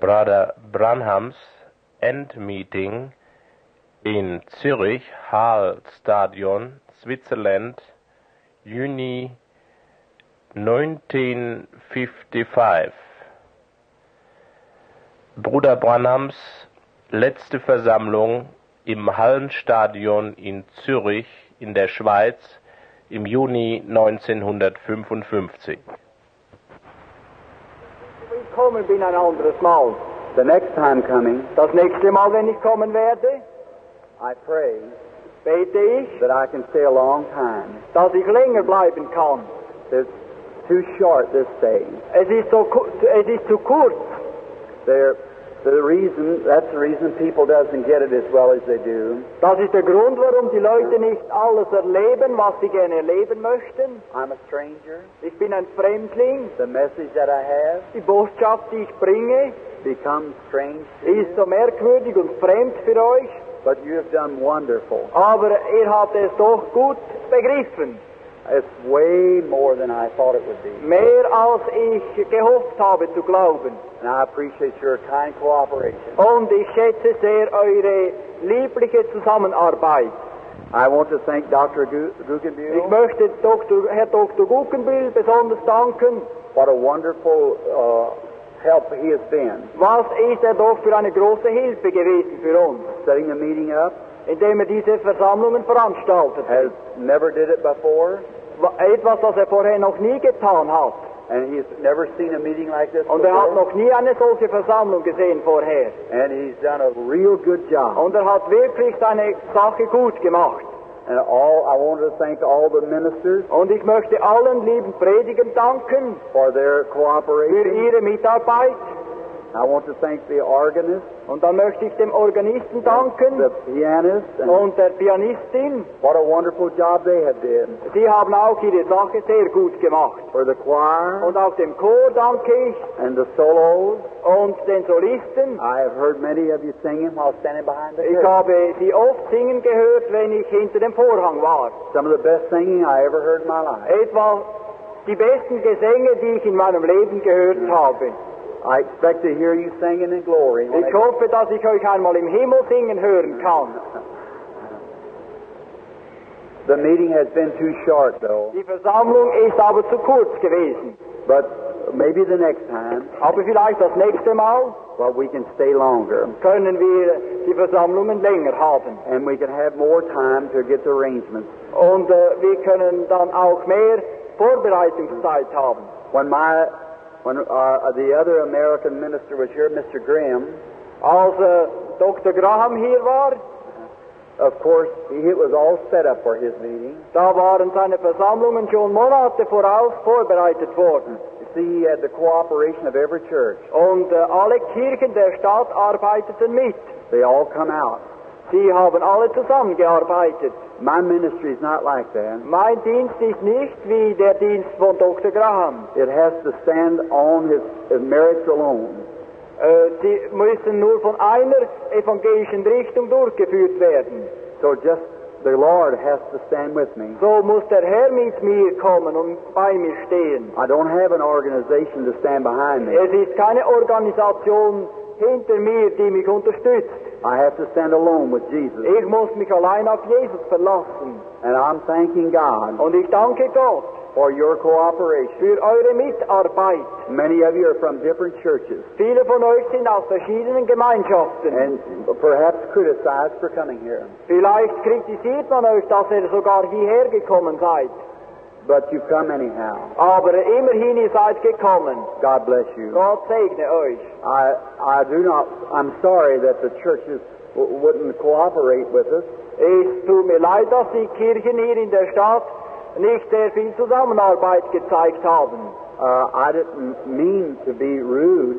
Brother Branham's End Meeting in Zürich Hall Stadion, Switzerland, Juni 1955. Bruder Branhams letzte Versammlung im Hallenstadion in Zürich in der Schweiz im Juni 1955. Willkommen bin ein anderes Mal. The next time coming, Das nächste Mal, wenn ich kommen werde, I pray bete ich, that I can stay a long time. dass ich länger bleiben kann. It's too short this day. Es ist, so, ku- es ist zu kurz. There, the reason that's the reason people doesn't get it as well as they do. Das ist der Grund, warum die Leute nicht alles erleben, was sie gerne erleben möchten. I'm a stranger. Ich bin ein Fremdling. The message that I have Die Botschaft, die ich bringe, becomes strange to ist you, so merkwürdig und fremd für euch, but you have done wonderful. aber ihr habt es doch gut begriffen. It's way more than I thought it would be, Mehr als ich gehofft habe zu glauben. and I appreciate your kind cooperation. Und ich schätze sehr eure liebliche Zusammenarbeit. I want to thank Dr. Gu- Ich Guggenbühl. möchte Dr. Herr Dr. Guckenbühl besonders danken. What a wonderful uh, help he has been, Was ist er doch für eine große Hilfe gewesen für uns, setting the meeting up. indem er diese Versammlungen veranstaltet Has hat. never did it before, Wa- Etwas, was er vorher noch nie getan hat. and he's never seen a meeting like this Und er hat before. noch nie eine solche Versammlung gesehen vorher. And he's done a real good job. Und er hat wirklich seine Sache gut gemacht. And all I wanted to thank all the ministers Und ich möchte allen lieben Predigern danken for their für cooperation. ihre Mitarbeit. I want to thank the organist, Und dann möchte ich dem Organisten danken the pianist, and und der Pianistin. what a wonderful job they have did. Sie haben auch ihre Sache sehr gut gemacht. For the choir Und auch dem Chor danke ich and the solos. und den Solisten. I have heard many of you singing while standing behind the Ich curtain. habe sie oft singen gehört, wenn ich hinter dem Vorhang war. Some of the best singing I ever heard in my life. Etwa die besten Gesänge, die ich in meinem Leben gehört habe. I expect to hear you singing in glory. when Ich hoffe, dass ich euch einmal im Himmel singen hören kann. they- The meeting has been too short, though. Die Versammlung ist aber zu kurz gewesen. But maybe the next time, Aber vielleicht das nächste Mal well, we can stay longer. können wir die Versammlungen länger haben. And we can have more time to get the arrangements. Und äh, wir können dann auch mehr Vorbereitungszeit haben. When my, when uh, the other American minister was here, Mr. Grimm, Als äh, Dr. Graham hier war, of course, he, it was all set up for his meeting. da waren seine Versammlungen schon Monate voraus vorbereitet worden. You see, he had the cooperation of every church. Und äh, alle Kirchen der Stadt arbeiteten mit. They all come out. Sie haben alle zusammengearbeitet. My ministry is not like that. Mein Dienst ist nicht wie der Dienst von Dr. Graham. It has to stand on his, his merits alone. Äh, sie müssen nur von einer evangelischen Richtung durchgeführt werden. So just the Lord has to stand with me. So muss der Herr mit mir kommen und bei mir stehen. I don't have an organization to stand behind me. Es ist keine Organisation hinter mir, die mich unterstützt. I have to stand alone with Jesus. Ich muss mich allein auf Jesus verlassen. And I'm thanking God Und ich danke Gott for your cooperation. für eure Mitarbeit. Many of you are from different churches Viele von euch sind aus verschiedenen Gemeinschaften. and perhaps criticized for coming here. Vielleicht kritisiert man euch, dass ihr sogar hierher gekommen seid. But you come anyhow. Aber immerhin, ihr seid gekommen. God bless you. Gott segne euch. I, I do not, I'm sorry that the churches w- wouldn't cooperate with us, Es tut mir leid, dass die Kirchen hier in der Stadt nicht sehr viel Zusammenarbeit gezeigt haben. Uh, I didn't mean to be rude.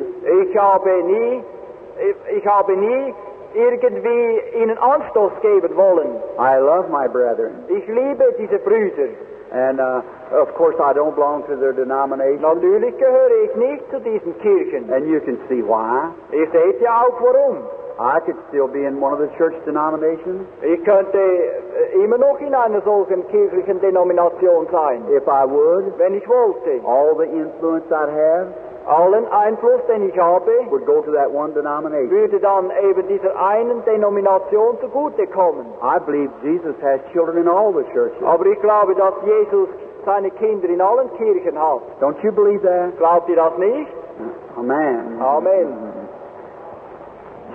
Ich habe nie, ich- ich habe nie irgendwie ihnen Anstoß geben wollen. I love my brethren. Ich liebe diese Brüder. And, uh, of course, I don't belong to their denomination. Natürlich gehöre ich nicht zu diesen Kirchen. And you can see why. Ihr seht ja auch warum. I could still be in one of the church denominations Ich könnte äh, immer noch in einer solchen kirchlichen Denomination sein, if I would. wenn ich wollte. All the influence I'd have Allen Einfluss, den ich habe, would go to that one denomination. würde dann eben dieser einen Denomination zugutekommen. I believe Jesus has children in all the churches. Aber ich glaube, dass Jesus seine Kinder in allen Kirchen hat. Don't you believe that? Glaubt ihr das nicht? Amen. Amen.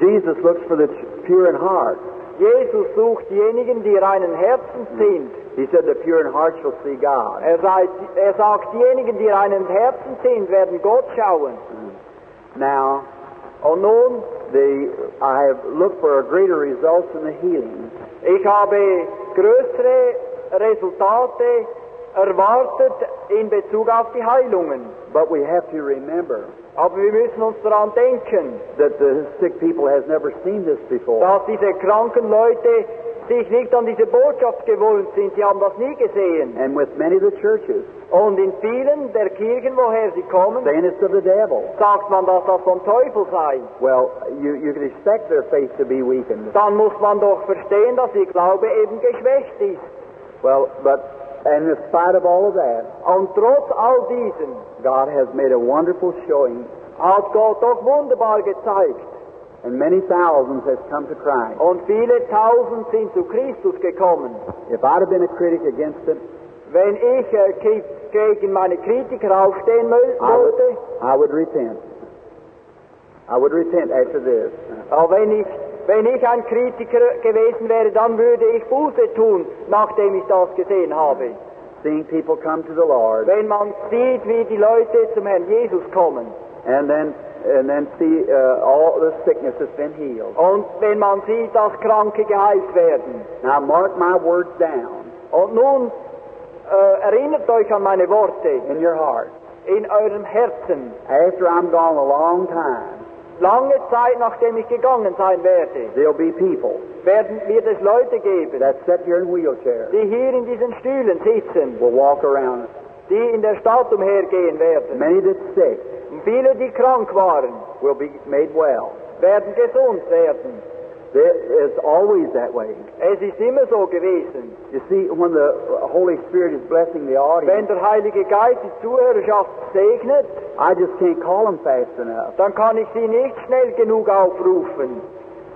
Jesus looks for the ch- pure in heart. Jesus sucht diejenigen, die reinen Herzens sind. He said, The pure in heart shall see God. Er, sei, er sagt, diejenigen, die reinen Herzens sind, werden Gott schauen. Now, Und nun, the, I have looked for a greater results in the healing. ich habe größere Resultate erwartet in Bezug auf die Heilungen. But we have to remember Aber wir müssen uns daran denken, that the sick people has never seen this before. dass diese kranken Leute sich nicht an diese Botschaft gewohnt sind. Sie haben das nie gesehen. And with many of the churches, Und in vielen der Kirchen, woher sie kommen, saying it's of the devil. sagt man, dass das vom Teufel sei. Well, you, you can expect their faith to be weakened. Dann muss man doch verstehen, dass ihr Glaube eben geschwächt ist. Well, but, and in spite of all of that, Und trotz all diesem God has made a wonderful showing, hat Gott doch wunderbar gezeigt. and many thousands has come to Christ. Und viele Tausend sind zu Christus gekommen. If I'd have been a critic against it, Wenn ich äh, ki- gegen meine Kritiker aufstehen mö- I would, wollte, I would repent. I would repent after this. Aber wenn ich, wenn ich ein Kritiker gewesen wäre, dann würde ich Buße tun, nachdem ich das gesehen habe. Seeing people come to the Lord, Wenn man sieht, wie die Leute zum Herrn Jesus kommen and then and then see uh, all the sickness that's been healed. und wenn man sieht, dass Kranke geheilt werden. Now mark my words down Und nun äh, erinnert euch an meine Worte in your heart. in eurem Herzen. After I'm gone a long time, Lange Zeit, nachdem ich gegangen sein werde, there'll be people werden wird es Leute geben, that sit here in wheelchairs die hier in diesen Stühlen sitzen, will walk around. die in der Stadt umhergehen werden. Many that's sick Und viele, die krank waren, will be made well. werden gesund werden. There- It's always that way. Es ist immer so gewesen. You see, when the Holy Spirit is blessing the Wenn audience, der Heilige Geist die Zuhörerschaft segnet, I just can't call them fast enough. dann kann ich sie nicht schnell genug aufrufen.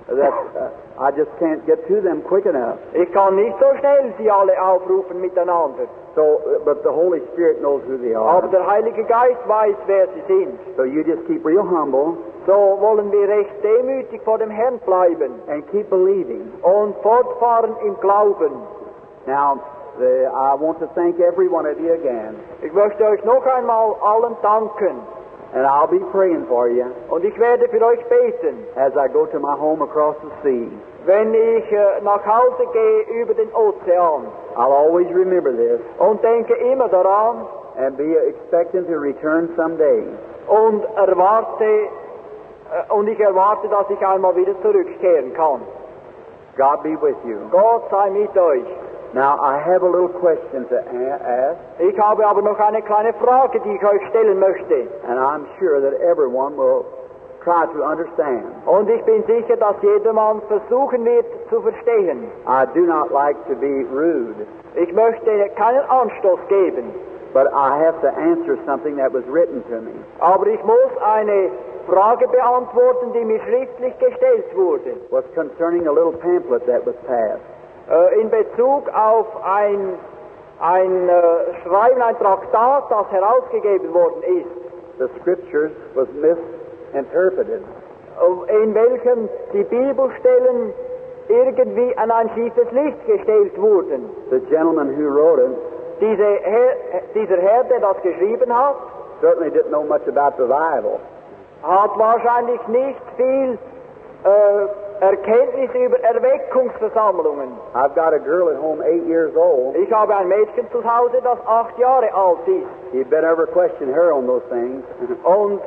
that uh, I just can't get to them quick enough. Ich kann nicht so schnell sie alle aufrufen miteinander. So, uh, but the Holy Spirit knows who they Aber are. der Heilige Geist weiß, wer sie sind. So you just keep real humble So wollen wir recht demütig vor dem Herrn bleiben and keep believing. und fortfahren im Glauben. Now, the, I want to thank every one of you again, Ich möchte euch noch einmal allen danken and I'll be praying for you und ich werde für euch beten, as I go to my home across the sea. wenn ich äh, nach Hause gehe über den Ozean. I'll always remember this Und denke immer daran, and be expecting to return someday. und erwarte äh, und ich erwarte, dass ich einmal wieder zurückkehren kann. God be with you. Gott sei mit euch. Now, I have a little question to a- ask, Ich habe aber noch eine kleine Frage, die ich euch stellen möchte. and I'm sure that everyone will try to understand. Und ich bin sicher, dass jedermann versuchen wird zu verstehen. I do not like to be rude, Ich möchte keinen Anstoß geben, but I have to answer something that was written to me. aber ich muss eine Frage beantworten, die mir schriftlich gestellt wurde, was concerning a little pamphlet that was passed. äh, in Bezug auf ein, ein äh, Schreiben, ein Traktat, das herausgegeben worden ist. The scriptures was misinterpreted. äh, in welchem die Bibelstellen irgendwie an ein schiefes Licht gestellt wurden. The gentleman who wrote it Diese Herr, dieser Herr, der das geschrieben hat, certainly didn't know much about the Bible. hat wahrscheinlich nicht viel äh, Erkenntnis über Erweckungsversammlungen. I've got a girl at home, eight years old. Ich habe ein Mädchen zu Hause, das acht Jahre alt ist He'd better ever question her on those things. und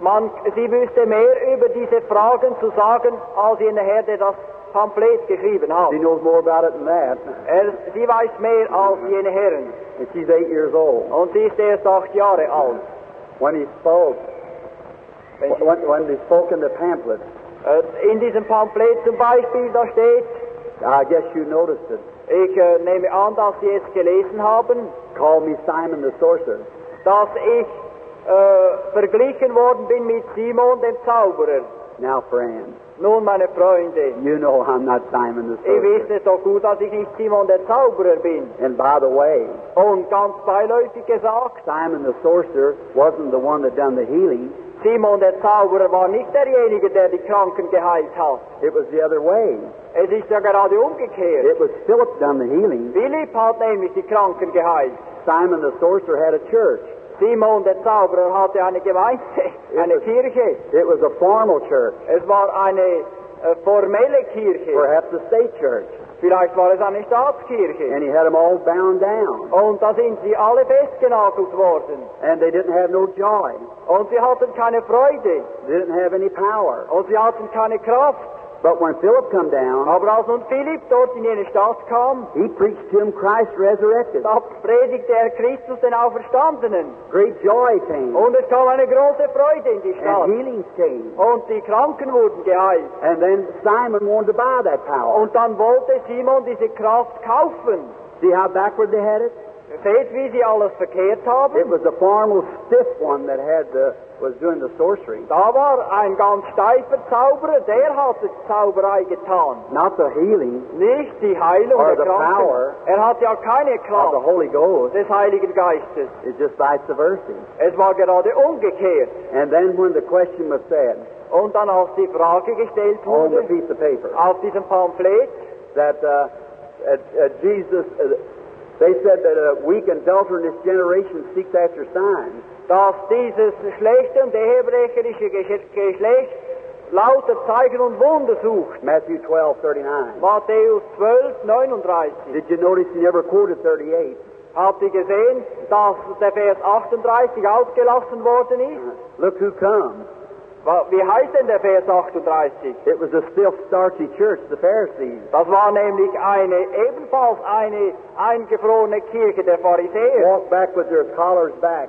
man, sie wüsste mehr über diese Fragen zu sagen, als jener Herr, der das Pamphlet geschrieben hat. she knows more about it than that, Er, sie weiß mehr als jene Herren. and she's eight years old. Und sie ist erst acht Jahre alt. When he spoke, Wenn sie, when, when he spoke in the pamphlet, äh, in diesem Pamphlet zum Beispiel, da steht, I guess you noticed it. ich äh, nehme an, dass Sie es gelesen haben, Call me Simon the Sorcerer. dass ich äh, verglichen worden bin mit Simon dem Zauberer. Now, friends, Nun, meine Freunde, you know I'm not Simon the ihr wisst Sorcerer. es doch gut, dass ich nicht Simon der Zauberer bin. And by the way, Und ganz beiläufig gesagt, Simon the Sorcerer wasn't the one that done the healing. Simon der Zauberer war nicht derjenige, der die Kranken geheilt hat. It was the other way. Es ist ja gerade umgekehrt. It was Philip done the healing. Philipp hat nämlich die Kranken geheilt. Simon the Sorcerer had a church. Simon der Zauberer hatte eine Gemeinde, eine Kirche. It was a formal church, Es war eine äh, formelle Kirche. perhaps a state church. Vielleicht war es eine Staatskirche. And he had them all bound down. Und da sind sie alle festgenagelt worden. And they didn't have no joy. Und sie hatten keine Freude. They didn't have any power. Und sie hatten keine Kraft. But when Philip come down, Aber als nun Philipp dort in jene Stadt kam, he preached to him Christ resurrected. da predigte er Christus den Auferstandenen. Great joy came. Und es kam eine große Freude in die Stadt. And healings came. Und die Kranken wurden geheilt. And then Simon wanted to buy that power. Und dann wollte Simon diese Kraft kaufen. See how backward they had it? Seht, wie sie alles verkehrt It haben. was the formal stiff one that had the was doing the sorcery, Da war ein ganz steifer Zauberer, der hatte Zauberei getan. not the healing Nicht die Heilung Or der the Kranken. power. Er hatte ja keine of the Kraft Holy Ghost. des Heiligen Geistes. It's just vice versa. Es war gerade umgekehrt. And then when the question was said Und dann, als die Frage gestellt on the wurde, piece of paper auf diesem Pamphlet, that uh, uh, uh, Jesus, uh, they said that a weak and adulterous generation seeks after signs. dass dieses schlechte und ehebrecherische Gesch- Geschlecht lauter Zeichen und Wunder sucht. Matthew 12, 39. Matthäus 12, 39. Did you notice he never quoted 38? Habt ihr gesehen, dass der Vers 38 ausgelassen worden ist? Look who comes. Wa- Wie heißt denn der Vers 38? It was a stiff, starchy church, the Pharisees. Das war nämlich eine, ebenfalls eine eingefrorene Kirche der Pharisäer, Walked back with their collars back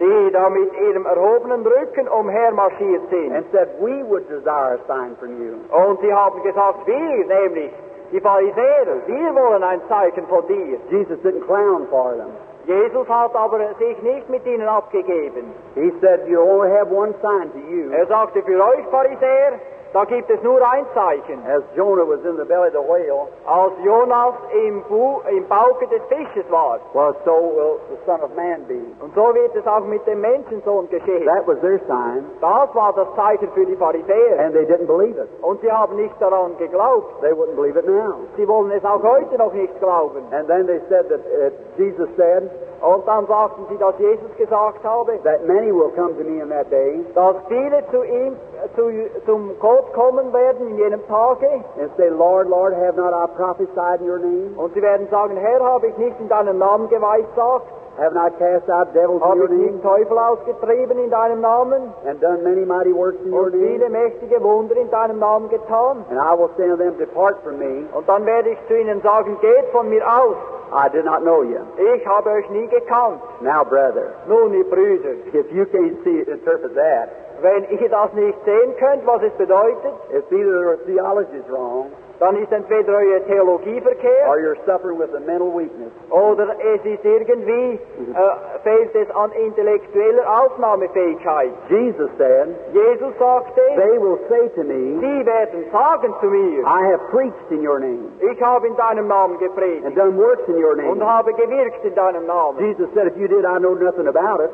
die da mit ihrem erhobenen Rücken umhermarschiert and sind. said, We would desire a sign from you. Und sie haben gesagt, wir nämlich, die Pharisäer, wir wollen ein Zeichen von dir. Jesus didn't clown for them. Jesus hat aber sich nicht mit ihnen abgegeben. He said, You only have one sign to you. Er sagte, für euch Pharisäer, da gibt es nur ein Zeichen. As Jonah was in the belly of the whale, als Jonas im, Bu im Bauche des Fisches war. well, so will the Son of Man be. Und so wird es auch mit dem Menschensohn geschehen. That was their sign, Das war das Zeichen für die Pharisäer. and they didn't believe it. Und sie haben nicht daran geglaubt. They wouldn't believe it now. Sie wollen es auch heute noch nicht glauben. And then they said that uh, Jesus said Und dann sagten sie, dass Jesus gesagt habe, that many will come to me in that day dass viele zu ihm, äh, zu, zum Gott kommen werden in jenem Tage. and say, Lord, Lord, have not I prophesied in your name? Und sie werden sagen, Herr, habe ich nicht in deinem Namen geweissagt? Have not cast out devils in Habe ich your nicht name? Teufel ausgetrieben in deinem Namen? And done many mighty works in your Und viele name? mächtige Wunder in deinem Namen getan? And I will say unto them, Depart from me, Und dann werde ich zu ihnen sagen, geht von mir aus, I did not know you. ich habe euch nie gekannt. Now, brother, Nun, ihr Brüder, if you can't see interpret that, wenn ihr das nicht sehen könnt, was es bedeutet, it's either your theology is wrong dann ist entweder eure Theologie or verkehrt you're suffering with a mental weakness. oder es ist irgendwie, äh, fehlt es an intellektueller Aufnahmefähigkeit. Jesus said, Jesus sagte, They will say to me, sie werden sagen zu mir, I have preached in your name ich habe in deinem Namen and gepredigt done works in your name. und habe gewirkt in deinem Namen. Jesus said, If you did, I know nothing about it.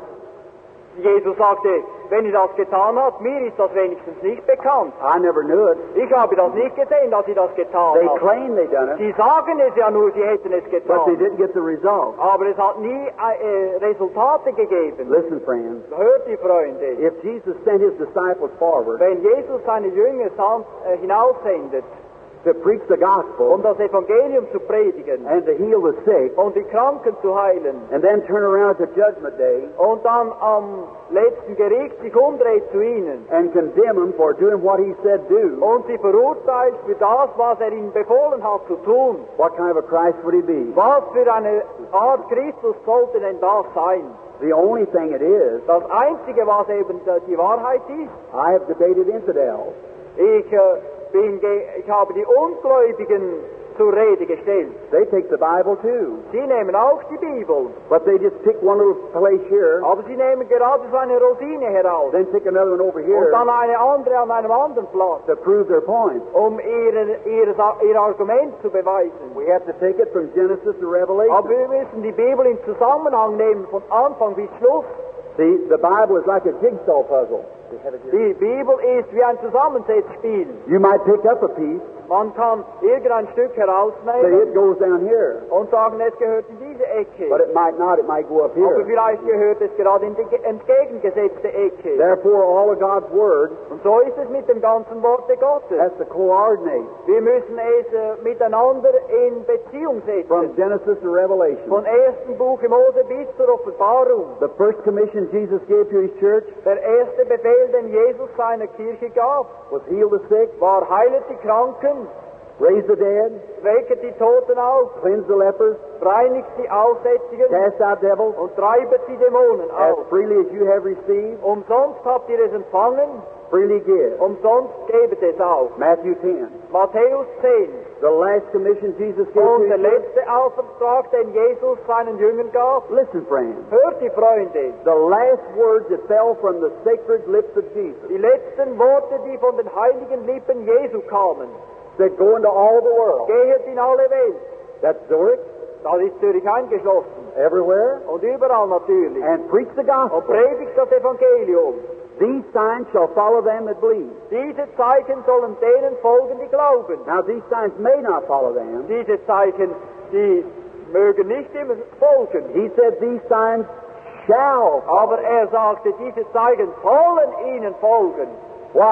Jesus sagte, wenn ihr das getan habt, mir ist das wenigstens nicht bekannt. I never knew it. Ich habe das nicht gesehen, dass sie das getan They haben. claim they done it, Sie sagen es ja nur, sie hätten es but they getan. didn't get the result. Aber es hat nie äh, äh, Resultate gegeben. Listen, friends. Hört die Freunde, If Jesus sent his disciples forward wenn Jesus seine Jünger san- äh, hinaussendet, to preach the um gospel das Evangelium zu predigen and to heal the sick, und die Kranken zu heilen and then turn around at the judgment day und dann am letzten Gericht sich umdreht zu ihnen and condemn them for doing what he said do, und sie verurteilt für das, was er ihnen befohlen hat zu tun, what kind of a Christ would he be? was für eine Art Christus sollte denn das sein? The only thing it is, Das Einzige, was eben da- die Wahrheit ist, I have debated infidels. Ich, äh, bin ge ich habe die Ungläubigen zur Rede gestellt. They take the Bible too, Sie nehmen auch die Bibel, but they just pick one little place here, aber sie nehmen gerade so eine Rosine heraus then pick another one over und here dann eine andere an einem anderen Platz, to prove their point. um ihren, ihres, ihr Argument zu beweisen. We have to take it from Genesis to Aber Revelation. wir müssen die Bibel im Zusammenhang nehmen, von Anfang bis Schluss. See, the Bible is like a jigsaw puzzle. Die Bibel ist wie ein Zusammensetzspiel. You might pick up a piece, Man kann irgendein Stück say it herausnehmen goes down here, und sagen, es gehört in diese Ecke. but it might not. It might go up Aber here. vielleicht gehört es gerade in die ge- entgegengesetzte Ecke. Therefore, all of God's Word Und so ist es mit dem ganzen Worte Gottes. has to coordinate Wir müssen es äh, miteinander in Beziehung from setzen. Genesis to Von Revelation. ersten Buch Mose bis zur Offenbarung. The first commission Jesus gave to His church Der erste Befehl, den Jesus seiner Kirche gab, was heal the sick, war, heilet die Kranken, raise the dead, wecket die Toten auf, cleanse the lepers, reinigt die Aussätzigen cast out devils. und treibet die Dämonen As auf. freely as you have received, Umsonst habt ihr es empfangen, freely Oh. give. umsonst gebet es auf. Matthew 10. Matthäus 10. The last commission Jesus gave to Und der His church. letzte Auftrag, den Jesus seinen Jüngern gab, Listen, friends. hört die Freunde, The last words that fell from the sacred lips of Jesus die letzten Worte, die von den heiligen Lippen Jesu kamen, that go into all the world. gehet in alle Welt. That's Zurich, Das ist Zürich eingeschlossen everywhere. und überall natürlich. And preach the Und gospel. predigt das Evangelium. These signs shall follow them that believe. Diese Zeichen sollen denen folgen, die glauben. Now, these signs may not follow them. Diese Zeichen, die mögen nicht immer folgen. He said these signs shall. Aber er sagte, diese Zeichen sollen ihnen folgen. Why? um,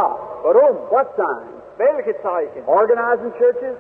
Warum? What signs? Welche Zeichen? Organizing churches?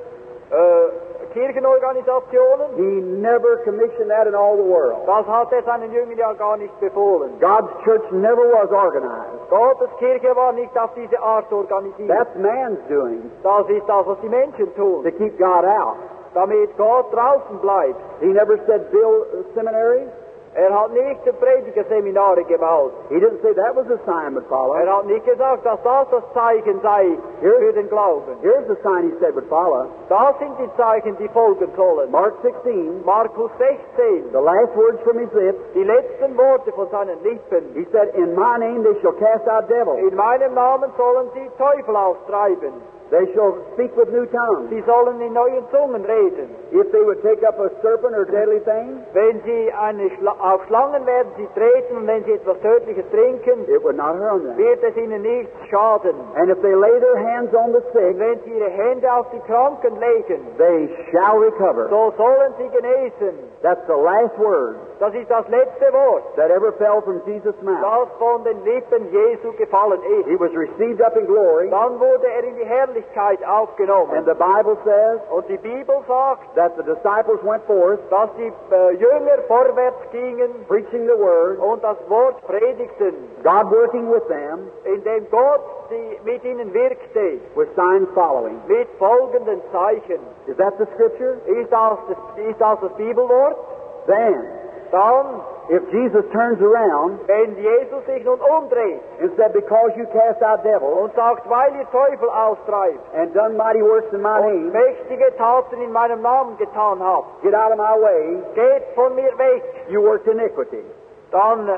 Äh, Hm. Kirchenorganisationen? He never commissioned that in all the world. Das hat er seinen Jüngern ja gar nicht befohlen. God's church never was organized. Gottes Kirche war nicht auf diese Art organisiert. That's man's doing Das ist das, was die Menschen to tun, keep God out. damit Gott draußen bleibt. He never said build uh, seminaries. Er hat nicht Predigerseminare gebaut. He didn't say that was a sign would follow. Er hat nicht gesagt, dass das das Zeichen sei für den Glauben. Here's the sign he said would follow. Das sind die Zeichen, die folgen sollen. Mark 16, Markus 16, the last words from his lips, die letzten Worte von seinen Lippen. he said, In my name they shall cast out devils. In meinem Namen sollen sie Teufel austreiben. They shall speak with new tongues. Sie sollen in neuen Zungen reden. If they would take up a serpent or deadly thing, Wenn sie eine Schla auf Schlangen werden sie treten und wenn sie etwas Tödliches trinken, it would not harm them. wird es ihnen nichts schaden. And if they lay their hands on the Und sick, wenn sie ihre Hände auf die Kranken legen, they shall recover. so sollen sie genesen. That's the last word Das ist das letzte Wort. that ever fell from Jesus' mouth. das von den Lippen Jesu gefallen He ist. was received up in glory, Dann wurde er in die Herrlichkeit and aufgenommen. the Bible says Und die Bibel sagt, that the disciples went forth dass die äh, Jünger vorwärts gingen preaching the word, und das Wort predigten, God working with them, indem Gott sie mit ihnen wirkte, with signs following. mit folgenden Zeichen. Is that the scripture? Ist das das, ist das, das Bibelwort? Then, Dann, If Jesus turns around wenn Jesus sich nun umdreht and said, Because you cast out devils und sagt, weil ihr Teufel austreibt and done mighty works in my und name, mächtige Taten in meinem Namen getan habt, get out of my way, geht von mir weg. you worked iniquity. dann äh,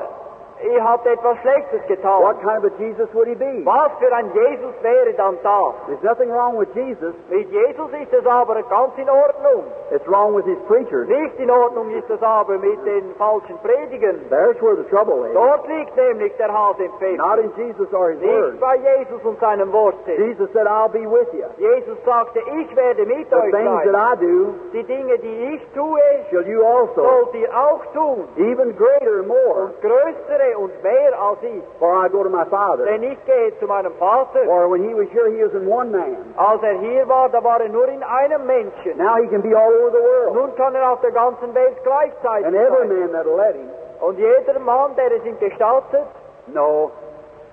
ihr habt etwas Schlechtes What getan. kind of a Jesus would he be? Was für ein Jesus wäre dann da? There's nothing wrong with Jesus. Mit Jesus ist es aber ganz in Ordnung. It's wrong with his preachers. Nicht in Ordnung ist es aber mit den falschen Predigern. There's where the trouble is. Dort liegt nämlich der Hase im Pfeffer. Not in Jesus or his Nicht word. bei Jesus und seinem Worte. Jesus said, I'll be with you. Jesus sagte, ich werde mit The euch things that sein. I do Die Dinge, die ich tue, shall you also, sollt ihr auch tun. even greater and more, Und größere und mehr als ich. for I go to my Father. Denn ich gehe zu meinem Vater. For when he was here, he was in one man. Als er hier war, da war er nur in einem Menschen. Now he can be all over the world. Nun kann er auf der ganzen Welt gleichzeitig And every sein. man that'll let him Und jeder Mann, der es ihm gestattet, No,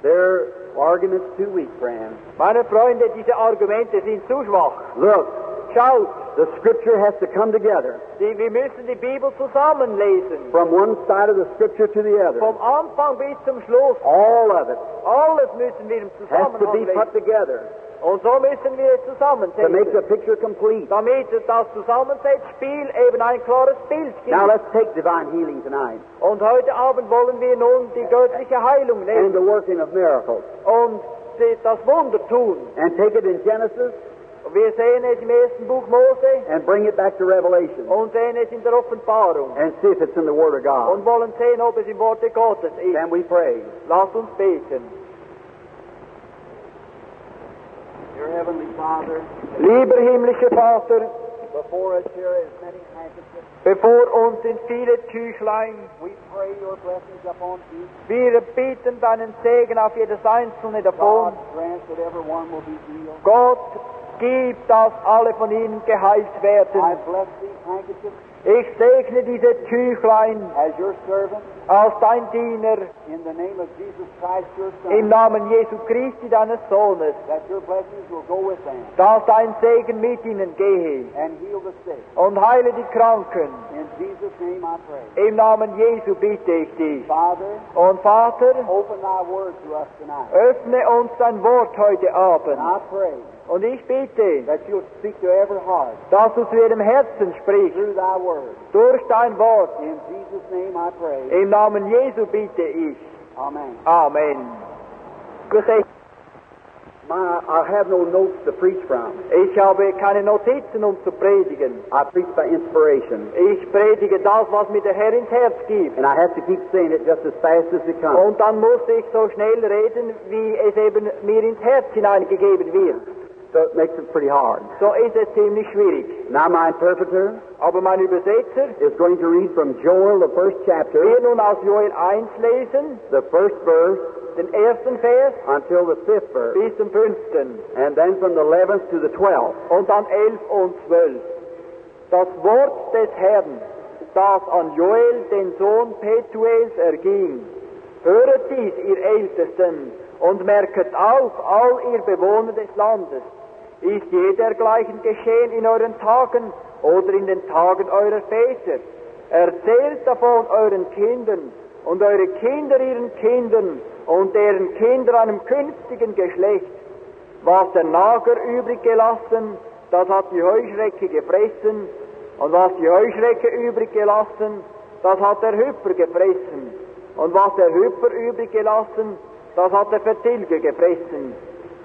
their argument's too weak, friend. meine Freunde, diese Argumente sind zu schwach. Look, Schaut, the Scripture has to come together die, wir müssen die Bibel zusammenlesen. from one side of the Scripture to the other. Vom Anfang bis zum Schluss, All of it alles müssen wir im has to Zusammenhang be lesen. put together. Und so müssen wir es to make the zusammenzählen, picture complete. damit das Zusammensetzspiel eben ein klares Bild gibt. Now let's take divine healing tonight Und heute Abend wollen wir nun die göttliche Heilung and nehmen the working of miracles und die- das Wunder tun. and take it in Genesis Wir sehen es im ersten Buch Mose and bring it back to Revelation und sehen es in der Offenbarung and see if it's in the Word of God. und wollen sehen, ob es im Worte Gottes ist. Can we pray? Lasst uns beten. Dear Heavenly Father, Lieber himmlischer Vater, before us here is many handkerchiefs. bevor uns sind viele Tüchlein. We pray your blessings upon each. Wir bitten deinen Segen auf jedes einzelne davon. God grant that everyone will be healed. Gott, gib, dass alle von ihnen geheilt I werden. bless these handkerchiefs Ich segne diese Tüchlein as your servant als dein Diener in the name of Jesus Christ, your im Son, Namen Jesu Christi, deines Sohnes, that your blessings will go with them dass dein Segen mit ihnen gehe and heal the sick. und heile die Kranken. In Jesus' name I pray. Im Namen Jesu bitte ich dich. Father, Und Vater, open thy word to us tonight. öffne uns dein Wort heute And Abend. I pray Und ich bitte, that you'll speak to every heart dass du zu jedem Herzen sprichst, through thy word. durch dein Wort. In Jesus' name I pray. Im Namen Jesu bitte ich. Amen. Amen. Gesegnet- My, I have no notes to preach from. Ich habe keine Notizen, um zu predigen. I preach by inspiration. Ich predige das, was mir der Herr ins Herz gibt. And I have to keep saying it just as fast as it comes. Und dann muss ich so schnell reden, wie es eben mir ins Herz hineingegeben wird. So it makes it pretty hard. So ist es ziemlich schwierig. Now my interpreter Aber mein Übersetzer is going to read from Joel, the first chapter, wird nun aus Joel 1 lesen, the first verse den ersten Vers until the fifth verse. bis zum fünften. And then from the eleventh to the twelfth. und dann 11 und 12. Das Wort des Herrn, das an Joel, den Sohn Petuels, erging. Höret dies, ihr Ältesten, und merket auf, all ihr Bewohner des Landes. Ist jedergleichen geschehen in euren Tagen oder in den Tagen eurer Väter. Erzählt davon euren Kindern und eure Kinder ihren Kindern und deren Kinder einem künftigen Geschlecht. Was der Nager übrig gelassen, das hat die Heuschrecke gefressen. Und was die Heuschrecke übrig gelassen, das hat der Hüpper gefressen. Und was der Hüpper übrig gelassen, das hat der Vertilger gefressen.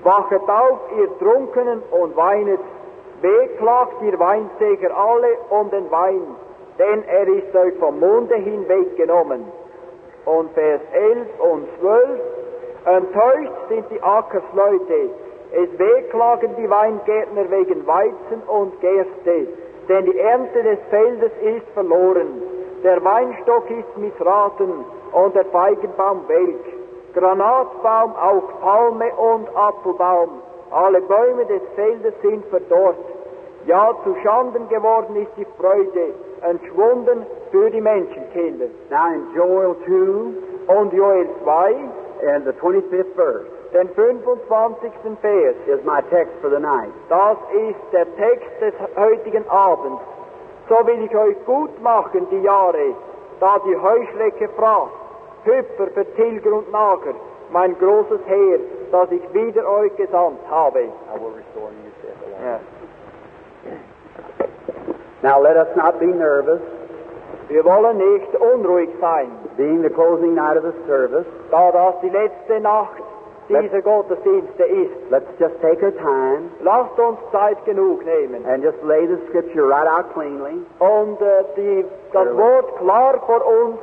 Wachet auf, ihr Trunkenen, und weinet. Wehklagt ihr Weinsäger alle um den Wein, denn er ist euch vom Munde hinweggenommen und Vers 11 und 12. Enttäuscht sind die Ackersleute. Es wehklagen die Weingärtner wegen Weizen und Gerste, denn die Ernte des Feldes ist verloren. Der Weinstock ist missraten und der Feigenbaum welk. Granatbaum, auch Palme und Apfelbaum. Alle Bäume des Feldes sind verdorrt. Ja, zu Schanden geworden ist die Freude, entschwunden für die Menschenkinder. Now in Joel 2 Und Joel 2, and the 25th verse den 25. Vers, is my text for the night. das ist der Text des heutigen Abends. So will ich euch gut machen die Jahre, da die Heuschrecke fraß, Hüpfer, Vertilger und Nager, mein großes Heer, das ich wieder euch gesandt habe. I will restore you, saith the Lord. Now let us not be nervous, Wir wollen nicht unruhig sein, being the closing night of the service. da das die letzte Nacht dieser Gottesdienste ist. Let's just take our time Lasst uns Zeit genug nehmen and just lay the scripture right out cleanly. und äh, die, das Clearly. Wort klar vor uns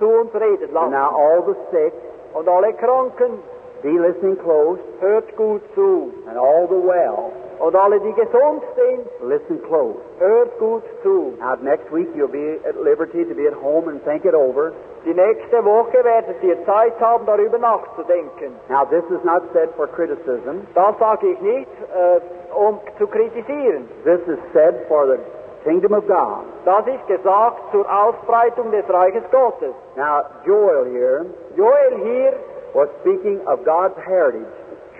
zu uns reden And lassen. now all the sick, Und alle Kranken, be listening close, hört gut zu. and all the well, Und alle, die gesund sind, listen close. hört gut zu. Now next week you'll be at liberty to be at home and think it over. Die nächste Woche werdet ihr Zeit haben, darüber nachzudenken. Now this is not said for criticism. Das sage ich nicht, äh, um zu kritisieren. This is said for the kingdom of God. Das ist gesagt zur Ausbreitung des Reiches Gottes. Now Joel here Joel hier was speaking of God's heritage.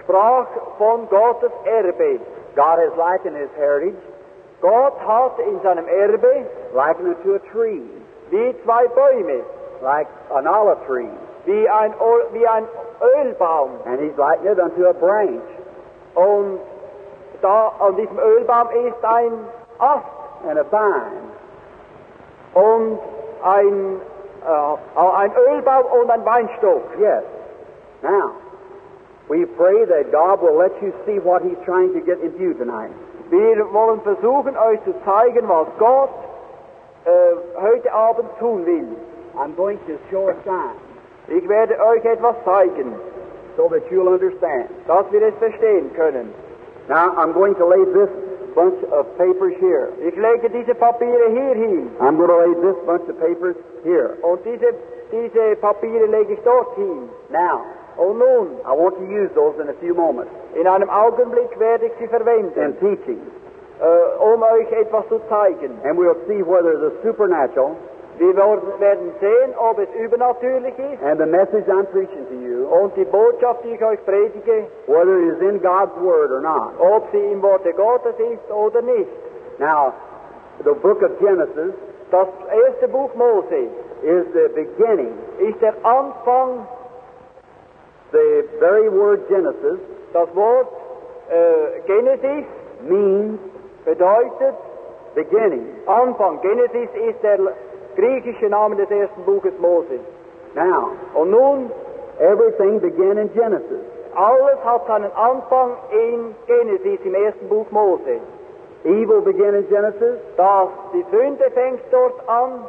sprach von Gottes Erbe. God has likened his heritage, Gott hat in seinem Erbe likened it to a tree, wie zwei Bäume, like an olive tree, wie ein, Ol- wie ein Ölbaum. and he's likened it unto a branch. Und da an diesem Ölbaum ist ein Ast and a vine. und ein, äh, ein Ölbaum und ein Weinstock. Yes. Now, we pray that God will let you see what He's trying to get in you tonight. Wir wollen versuchen, euch zu zeigen, was Gott äh, heute Abend tun will. I'm going to show a sign Ich werde euch etwas zeigen, so that you'll understand. dass wir es verstehen können. Now, I'm going to lay this bunch of papers here. Ich lege diese Papiere hier hin I'm going to lay this bunch of papers here. und diese, diese Papiere lege ich dort hin. Now, Und nun, I want to use those in a few moments in einem Augenblick werde ich sie in verwenden, teaching, äh, um euch etwas zu zeigen. and we'll see whether the supernatural Wir werden werden sehen, ob es übernatürlich ist and the message I'm preaching to you, und die Botschaft, die ich euch predige, whether it is in God's Word or not. ob sie im Worte Gottes ist oder nicht. Now, the book of Genesis Das erste Buch Mose is the beginning, ist der Anfang, the very word Genesis das Wort äh, Genesis means bedeutet beginning. Anfang. Genesis ist der griechische Name des ersten Buches Mose. Now, oh, Und nun, everything began in Genesis. alles hat seinen Anfang in Genesis, im ersten Buch Mose. Evil began in Genesis, Das, die Sünde fängt dort an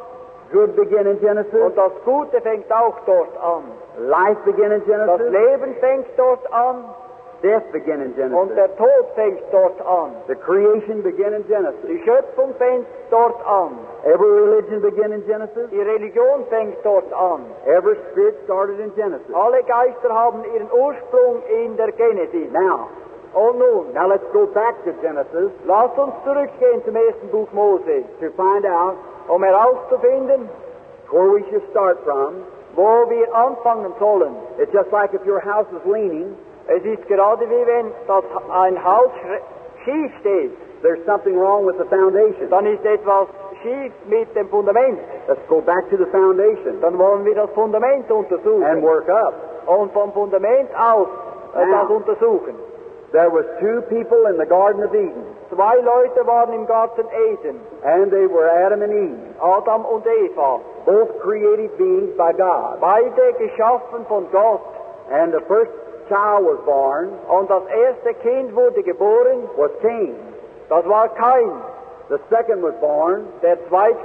good began in Genesis, und das Gute fängt auch dort an. life began in Das Genesis, Leben fängt dort an death began in und Genesis, der Tod fängt dort an. the creation began in Genesis, Die Schöpfung fängt dort an. every religion began in Genesis, Die Religion fängt dort an. every spirit started in Genesis. Alle Geister haben ihren Ursprung in der Genesis. Now, oh, Und nun, now let's go back to Genesis lasst uns zurückgehen zum ersten Buch Mose, to find out um herauszufinden, where we should start from. wo wir anfangen sollen. It's just like if your house is leaning, Es ist gerade wie wenn das ein Haus schre- schief steht, there's something wrong with the foundation. dann ist etwas schief mit dem Fundament. Let's go back to the foundation Dann wollen wir das Fundament and untersuchen work up. und vom Fundament aus äh, Ja. das untersuchen. There was two people in the Garden of Eden, Zwei Leute waren im Garten Eden, and they were Adam and Eve, Adam und Eva. both created beings by God. Beide geschaffen von Gott. And the first child was born Und das erste Kind wurde geboren, was Cain. das war Kain. The second was born Der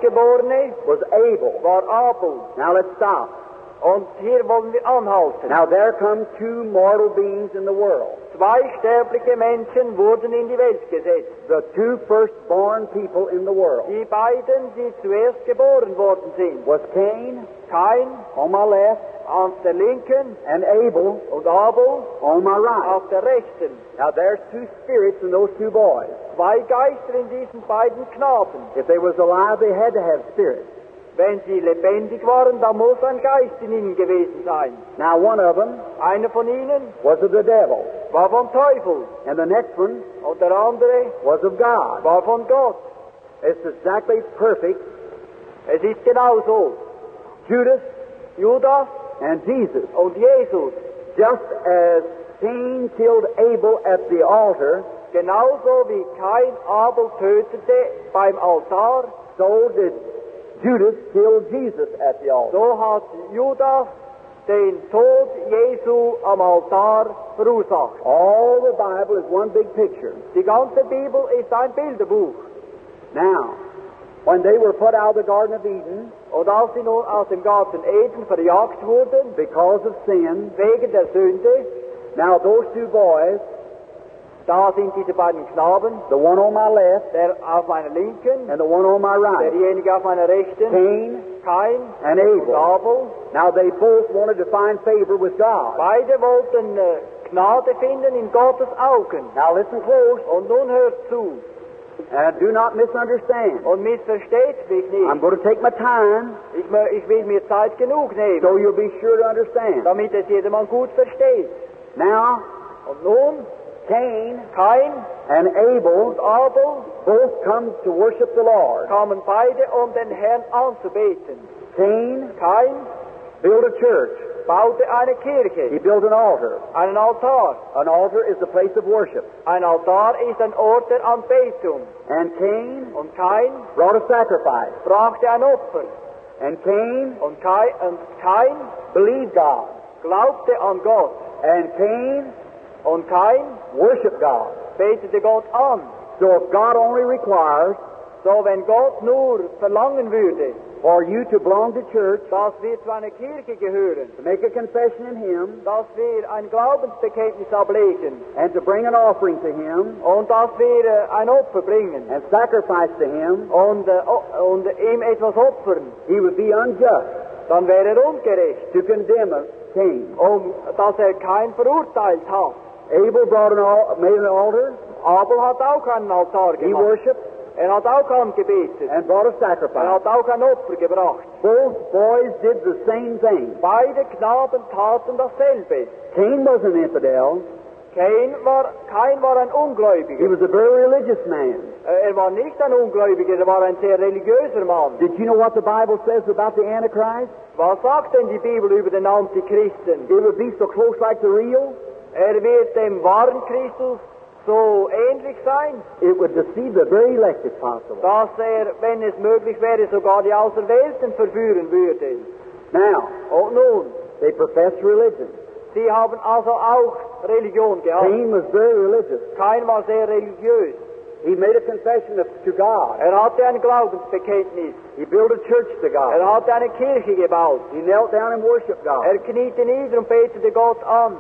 zweitgeborene was Abel. war Abel. Now let's stop. Und hier wollen wir anhalten. Now there come two mortal beings in the world. Zwei sterbliche Menschen wurden in die Welt gesetzt. The two firstborn people in the world Die beiden, die zuerst geboren worden sind. was Cain Kain on my left auf der linken and Abel und Abel on my right. auf der rechten. Now there's two spirits in those two boys. Zwei Geister in diesen beiden Knaben. If they was alive, they had to have spirits. Wenn sie lebendig waren, dann muss ein Geist in ihnen gewesen sein. Now one of them Einer von ihnen was of the devil, war vom Teufel and the next one und der andere was of God. war von Gott. It's exactly perfect. Es ist genauso. Judas Judas and Oh, Jesus, und Jesus. just as Cain killed Abel at the altar, Genauso wie kein Abel tötete beim Altar, so did Judas kill Jesus at the altar. so hat Judas den Tod Jesu am Altar verursacht. All the Bible is one big picture. Die ganze Bibel ist ein Bilderbuch. Now, when they were put out of the Garden of Eden Und als sie nun aus dem Garten Eden verjagt wurden, because of sin, wegen der Sünde, now those two boys, da sind diese beiden Knaben, the one on my left der auf meiner Linken, and the one on my right, derjenige auf meiner Rechten, Cain Kain and und Abel, Abel, now they both wanted to find favor with God. beide wollten äh, Gnade finden in Gottes Augen. Now listen close Und nun hört zu and do not misunderstand. und missversteht mich I'm nicht. going to take my time Ich, mö- ich will mir Zeit genug nehmen, so you'll be sure to understand. damit es jedermann gut versteht. Now, Und nun, Cain Kain and und Abel Abel both come to worship the Lord. kamen beide, um den Herrn anzubeten. Cain Kain built a church. baute eine Kirche, He built an altar. einen Altar. An altar is the place of worship. Ein Altar ist ein Ort der Anbetung. And Cain Und Kain brought a sacrifice. brachte ein Opfer. And Cain Und Kain, und Kain believed God. glaubte an Gott. And Cain Und Kain worshiped God. betete Gott an. So if God only requires So, wenn Gott nur verlangen würde, for you to belong to church, dass wir zu einer Kirche gehören, to make a confession in Him, dass wir ein Glaubensbekenntnis ablegen and to bring an offering to Him, und dass wir äh, ein Opfer bringen and sacrifice to Him, und, äh, o- und ihm etwas opfern, He would be unjust dann wäre er ungerecht, to condemn us, Cain. um, dass er kein verurteilt hat. Abel brought an al- made an altar. Abel hat auch einen Altar He gemacht. worshipped Er hat auch angebetet. and brought a Er sacrifice. hat auch ein Opfer gebracht. Both boys did the same thing. Beide Knaben taten dasselbe. Cain was an infidel. Cain war, Cain war ein He Ungläubiger. was a very religious man. Äh, Er war nicht ein Ungläubiger, er war ein sehr religiöser Mann. Did you know what the Bible says about the Antichrist? Was sagt denn die Bibel über den Antichristen? It would be so close like the real, Er wird dem wahren Christus so ähnlich sein, it would deceive the very elect if possible. dass er, wenn es möglich wäre, sogar die Auserwählten verführen würde. Now, Und nun, they profess religion. sie haben also auch Religion gehabt. Cain was very religious. Kein war sehr religiös. He made a confession of, to God. Er hatte ein Glaubensbekenntnis. He built a church to God. Er hatte eine Kirche gebaut. He knelt down and worshiped God. Er kniete nieder und betete Gott an.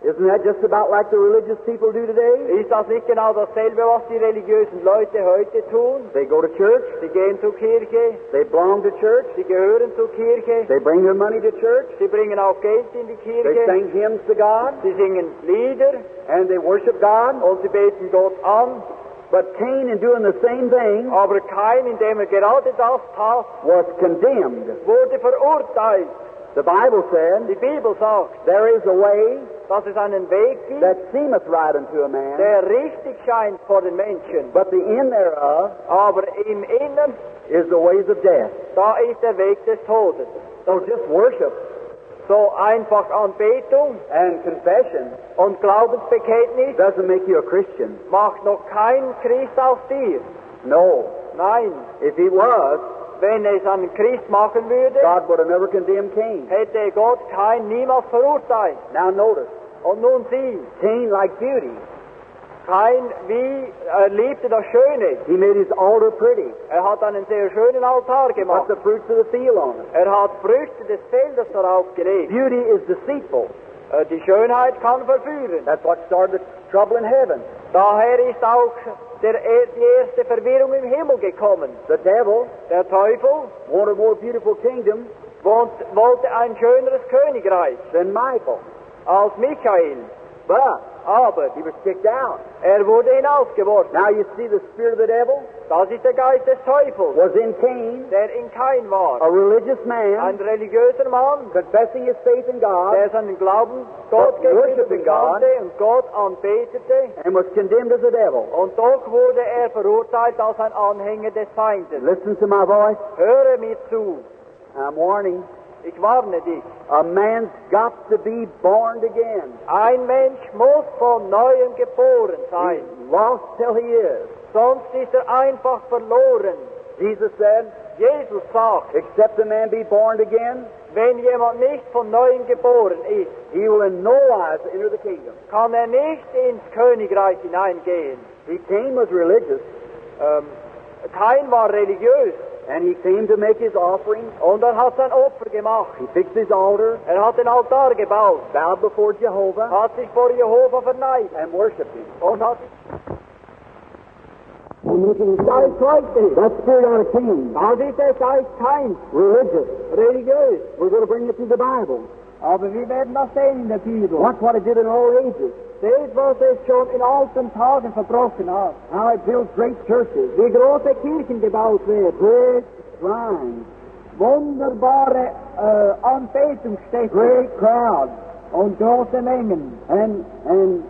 Isn't that just about like the religious people do today? Ist das nicht genau dasselbe, was die religiösen Leute heute tun? They go to church. Sie gehen zur Kirche, They belong to church. sie gehören zur Kirche, They bring their money to church. Sie bringen auch Geld in die They Kirche, sing hymns to God. sie singen Lieder And they worship God. und sie beten Gott an, But Cain, in doing the same thing, aber kein, indem er gerade das tat, was condemned. wurde verurteilt. The Bible Die said, Bibel sagt, There is a way dass es einen Weg that gibt, seemeth right unto a man, der richtig scheint vor den Menschen, but the end thereof aber im Innern, is the ways of death. da ist der Weg des Todes. So just worship So einfach Anbetung and confession und Glaubensbekenntnis doesn't make you a Christian. macht noch kein Christ aus dir. No. Nein, If he was, wenn es einen Christ machen würde, God would have never condemned Cain. hätte Gott kein niemals verurteilt. Now notice, Und nun sieh, Cain, like beauty, kein wie er liebte das Schöne. he made his altar pretty, Er hat einen sehr schönen Altar put gemacht. the fruits of the field on it. Er hat Früchte des Feldes darauf gelegt. Beauty is deceitful. Äh, Die Schönheit kann verführen. That's what started the trouble in heaven. Daher ist auch der, er- die erste Verwirrung im Himmel gekommen. The devil Der Teufel wanted a more beautiful kingdom wohnt, wollte ein schöneres Königreich than Michael, als Michael. oh, but Aber he was kicked out. er wurde hinausgeworfen. Now you see the spirit of the devil Das ist der Geist des Teufels, was in Cain, der in Kain a war. religious Ein man religiöser Mann, confessing his faith in God der seinen Glauben Gott gegenüber Worshiping God. bekannte und Gott anbetete. and was condemned as a devil. Und doch wurde er verurteilt als ein Anhänger des Feindes. Listen to my voice. Höre mir zu, I'm warning. ich warne dich. A man's got to be born again. Ein Mensch muss von Neuem geboren sein, He's lost till he is. Mm. sonst ist er einfach verloren. Jesus said, Jesus sagt, Except a man be born again, wenn jemand nicht von Neuem geboren ist, he will in no wise enter the kingdom. kann er nicht ins Königreich hineingehen. He came was religious, Ähm, kein war religiös and he came to make his offering. und er hat sein Opfer gemacht. He fixed his altar, Er hat den Altar gebaut, bowed before Jehovah, hat sich vor Jehova verneigt and worshipped him. und hat That's right there. That spirit out of Cain. Das ist der Geist Kains, Religious. religiös. We're going to bring it to the Bible. Aber wir werden das sehen in der Bibel. Watch what it did in all ages. Seht, was es schon in alten Tagen verbrochen hat. How it built great churches. Wie große Kirchen gebaut werden. Great shrines. Wunderbare äh, Anbetungsstätten. Great crowds. Und große Mengen. And, and,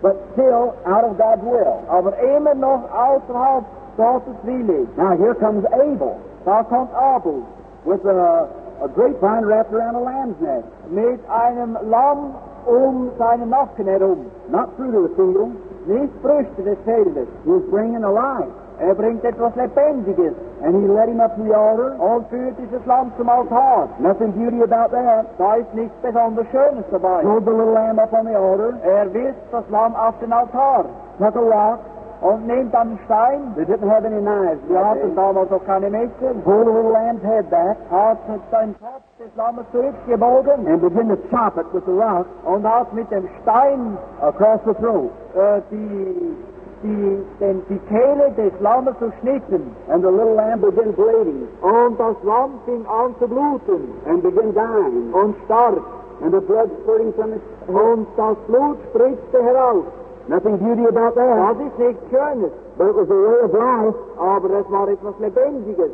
but still out of God's will. Aber immer noch außerhalb Gottes Wille. Now here comes Abel Da kommt Abel with a a grapevine wrapped around a lamb's neck, mit einem Lamm um seinen Nacken herum. not fruit of the field. Nicht Früchte des Feldes. He was bringing a life, Er bringt etwas Lebendiges and he led him up to the altar. und führt dieses Lamm zum Altar. Nothing beauty about that. Da ist nichts besonders Schönes dabei. Rolled the little lamb up on the altar, Er wirft das Lamm auf den Altar took a rock. und nimmt einen Stein. They didn't have any knives. Wir Yeah, hatten damals noch keine Messer. pulled the little lamb's head back Hat den Kopf des Lammes zurückgebogen and began to chop it with the rock und hat mit dem Stein across the throat. äh, die, die, den, die Kehle des Lammes zerschnitten. And the little lamb began bleeding Und das Lamm fing an zu bluten and began dying. und starb. And the blood spurting from his Und das Blut spritzte heraus. Nothing beauty about that. Das ist nichts Schönes, But it was a way of life, aber es war etwas Lebendiges.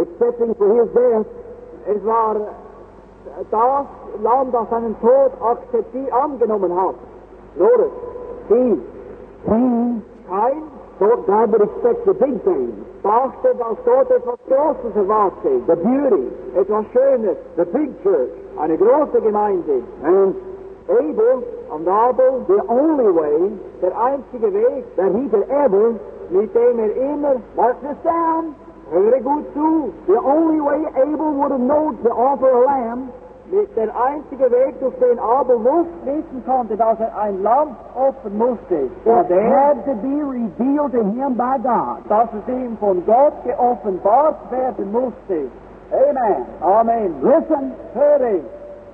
excepting for his death. Es war das Lamm, das seinen Tod akzeptiert angenommen hat. Nur He, Cain, kein thought God would expect the big thing, dachte, dass dort etwas Großes erwartet. the beauty, Etwas Schönes. the big church. Eine große Gemeinde. And Abel und Abel, the only way der einzige Weg, that he could ever, mit dem er immer, mark this down, höre gut zu, the only way Abel would have known to offer a lamb mit der einzige Weg, durch den Abel wus- wissen konnte, dass er ein Lamm opfern musste, war It der, had to be revealed to him by God. dass es ihm von Gott geoffenbart werden musste. Amen. Amen. Listen, Höre,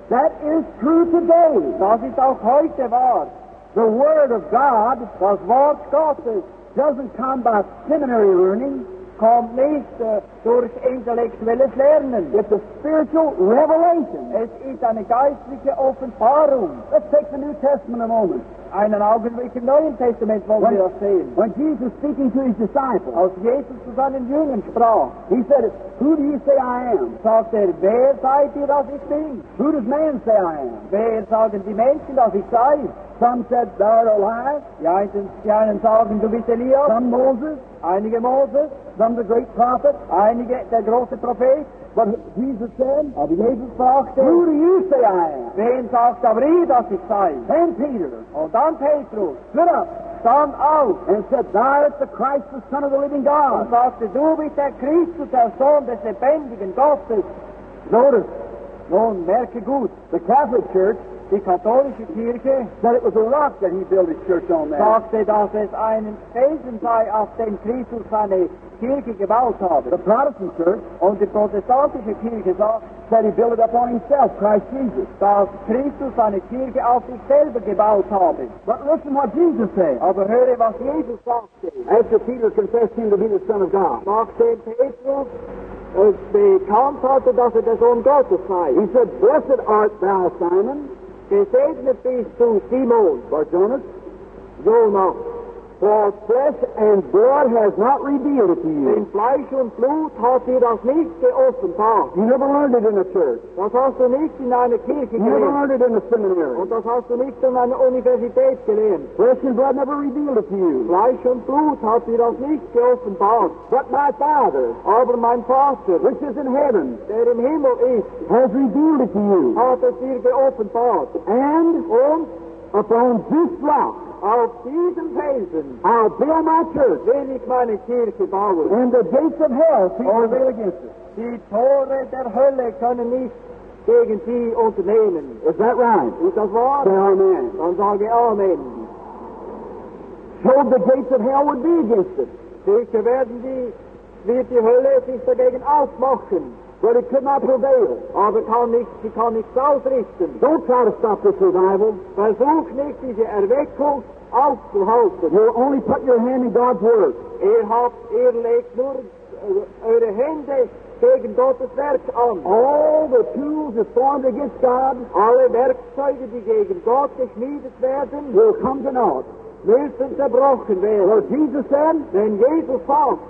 that is true today. das ist auch heute wahr. The Word of God Das Wort Gottes doesn't come by seminary learning. kommt nicht äh, durch intellektuelles Lernen. It's a spiritual revelation. Es ist eine geistliche Offenbarung. Let's take the New Testament a moment. Einen Augenblick im Neuen Testament wollen wir das sehen. When Jesus speaking to his disciples, Als Jesus zu seinen Jüngern sprach, he said, Who do you say I am? sagt er, wer seid ihr, dass ich bin? Who does man say I am? Wer sagen die Menschen, dass ich sei? Some said, Thou art Elias, Die einen, die einen sagen, du bist Elias, some Moses, einige Moses, some the great prophet. einige der große Prophet. But Jesus said, Aber Jesus fragte, Who do you say I am? wen sagt aber ihr, dass ich sei? Then Peter Und dann Petrus, stood up stand auf and said, Thou art the Christ, the Son of the living und God. sagte, du bist der Christus, der Sohn des lebendigen Gottes. Notice, Nun merke gut, the Catholic Church die katholische Kirche said it was a rock that he built his church on there. sagte, dass es einen Felsen sei, auf den Christus seine Kirche gebaut The habe. Protestant church Und die protestantische Kirche sagt, said he built it up on himself, Christ Jesus. dass Christus seine Kirche auf sich selber gebaut habe. But listen what Jesus said. Aber höre, was Jesus sagte. After Peter confessed him to be the Son of God, Nachdem Petrus es bekannt hatte, dass er der Sohn Gottes sei, he said, Blessed art thou, Simon gesegnet bist du, Simon, Barjonas, Jonas, for flesh and blood has not revealed it to denn you. Fleisch und Blut hat dir das nicht geoffenbart. You never learned it in the church. Das hast du nicht in einer Kirche You never gelernt. learned it in the seminary. Und das hast du nicht an einer Universität gelernt. Flesh and blood never revealed it to you. Fleisch und Blut hat dir das nicht geoffenbart. But my Father, Aber mein Vater, which is in heaven, der im Himmel ist, has revealed it to you. hat es dir geoffenbart. And Und upon this rock auf diesem Felsen I'll build my church, will ich meine Kirche bauen. and the gates of hell shall not prevail against it. Die Tore der Hölle können nichts gegen sie unternehmen. Is that right? Ist das wahr? Say amen. Dann sage Amen. Showed the gates of hell would be against it. Sicher werden die, wird die Hölle sich dagegen aufmachen. But it could not prevail. Aber kann nicht, sie kann nichts ausrichten. Don't try to stop this revival. Versuch nicht, diese Erweckung aufzuhalten. You'll only put your hand in God's work. Ihr, habt, ihr Er legt nur äh, eure Hände gegen Gottes Werk an. All the tools that formed against God Alle Werkzeuge, die gegen Gott geschmiedet werden, will come to naught. müssen zerbrochen For werden. Jesus said, Denn Jesus sagt,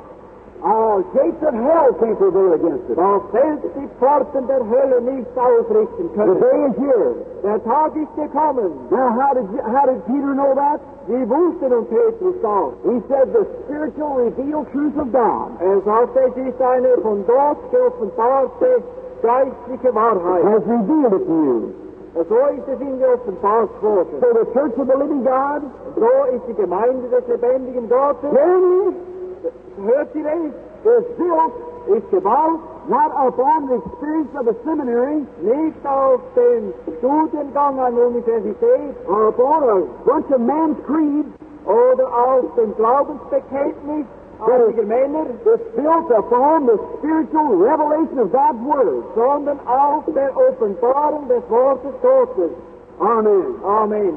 our gates of hell can't prevail against it. dass selbst die Pforten der Hölle nichts ausrichten The können. day is here. Der Tag ist gekommen. Now, how did, how did Peter know that? Sie wussten und Petrus sagt, He said the spiritual revealed truth of God er sagte, es ist eine von Gott geoffenbarte geistliche Wahrheit. has revealed it to you. Und so ist es in der Offenbarungsforschung. So the church of the living God, So ist die Gemeinde des lebendigen Gottes. hearing this, Hört ihr es? is built, is developed, not upon the experience of a seminary, Nicht auf den Studiengang an der Universität or upon a bunch of man's creeds, oder auf dem Glaubensbekenntnis einiger Männer, it's built upon the spiritual revelation of God's Word. sondern auf der Offenbarung des Wortes Gottes. Amen. Amen.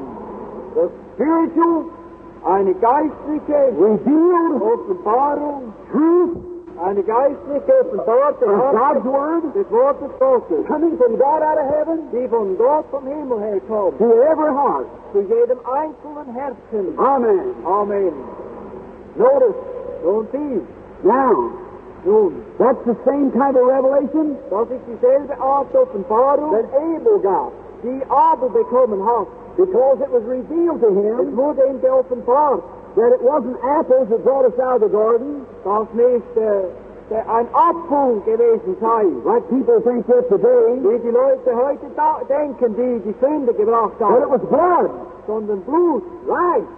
Das Spiritual, eine geistliche Revealed Offenbarung, truth eine geistliche Offenbarung of God's des Word des Wortes Gottes, coming from God out of heaven die von Gott vom Himmel her kommt, to every heart. zu jedem einzelnen Herzen. Amen. Amen. Notice, nun sieh, Now, nun, that's the same kind of revelation das ist dieselbe Art Offenbarung, that Abel got die Abel bekommen hat. because it was revealed to Es him wurde ihm geoffenbart, that it wasn't apples that brought us out of the garden, dass nicht äh, der- ein Apfel gewesen sei, like people think that today, wie die Leute heute da denken, die die Sünde gebracht but it haben, was blood. sondern Blut, Life,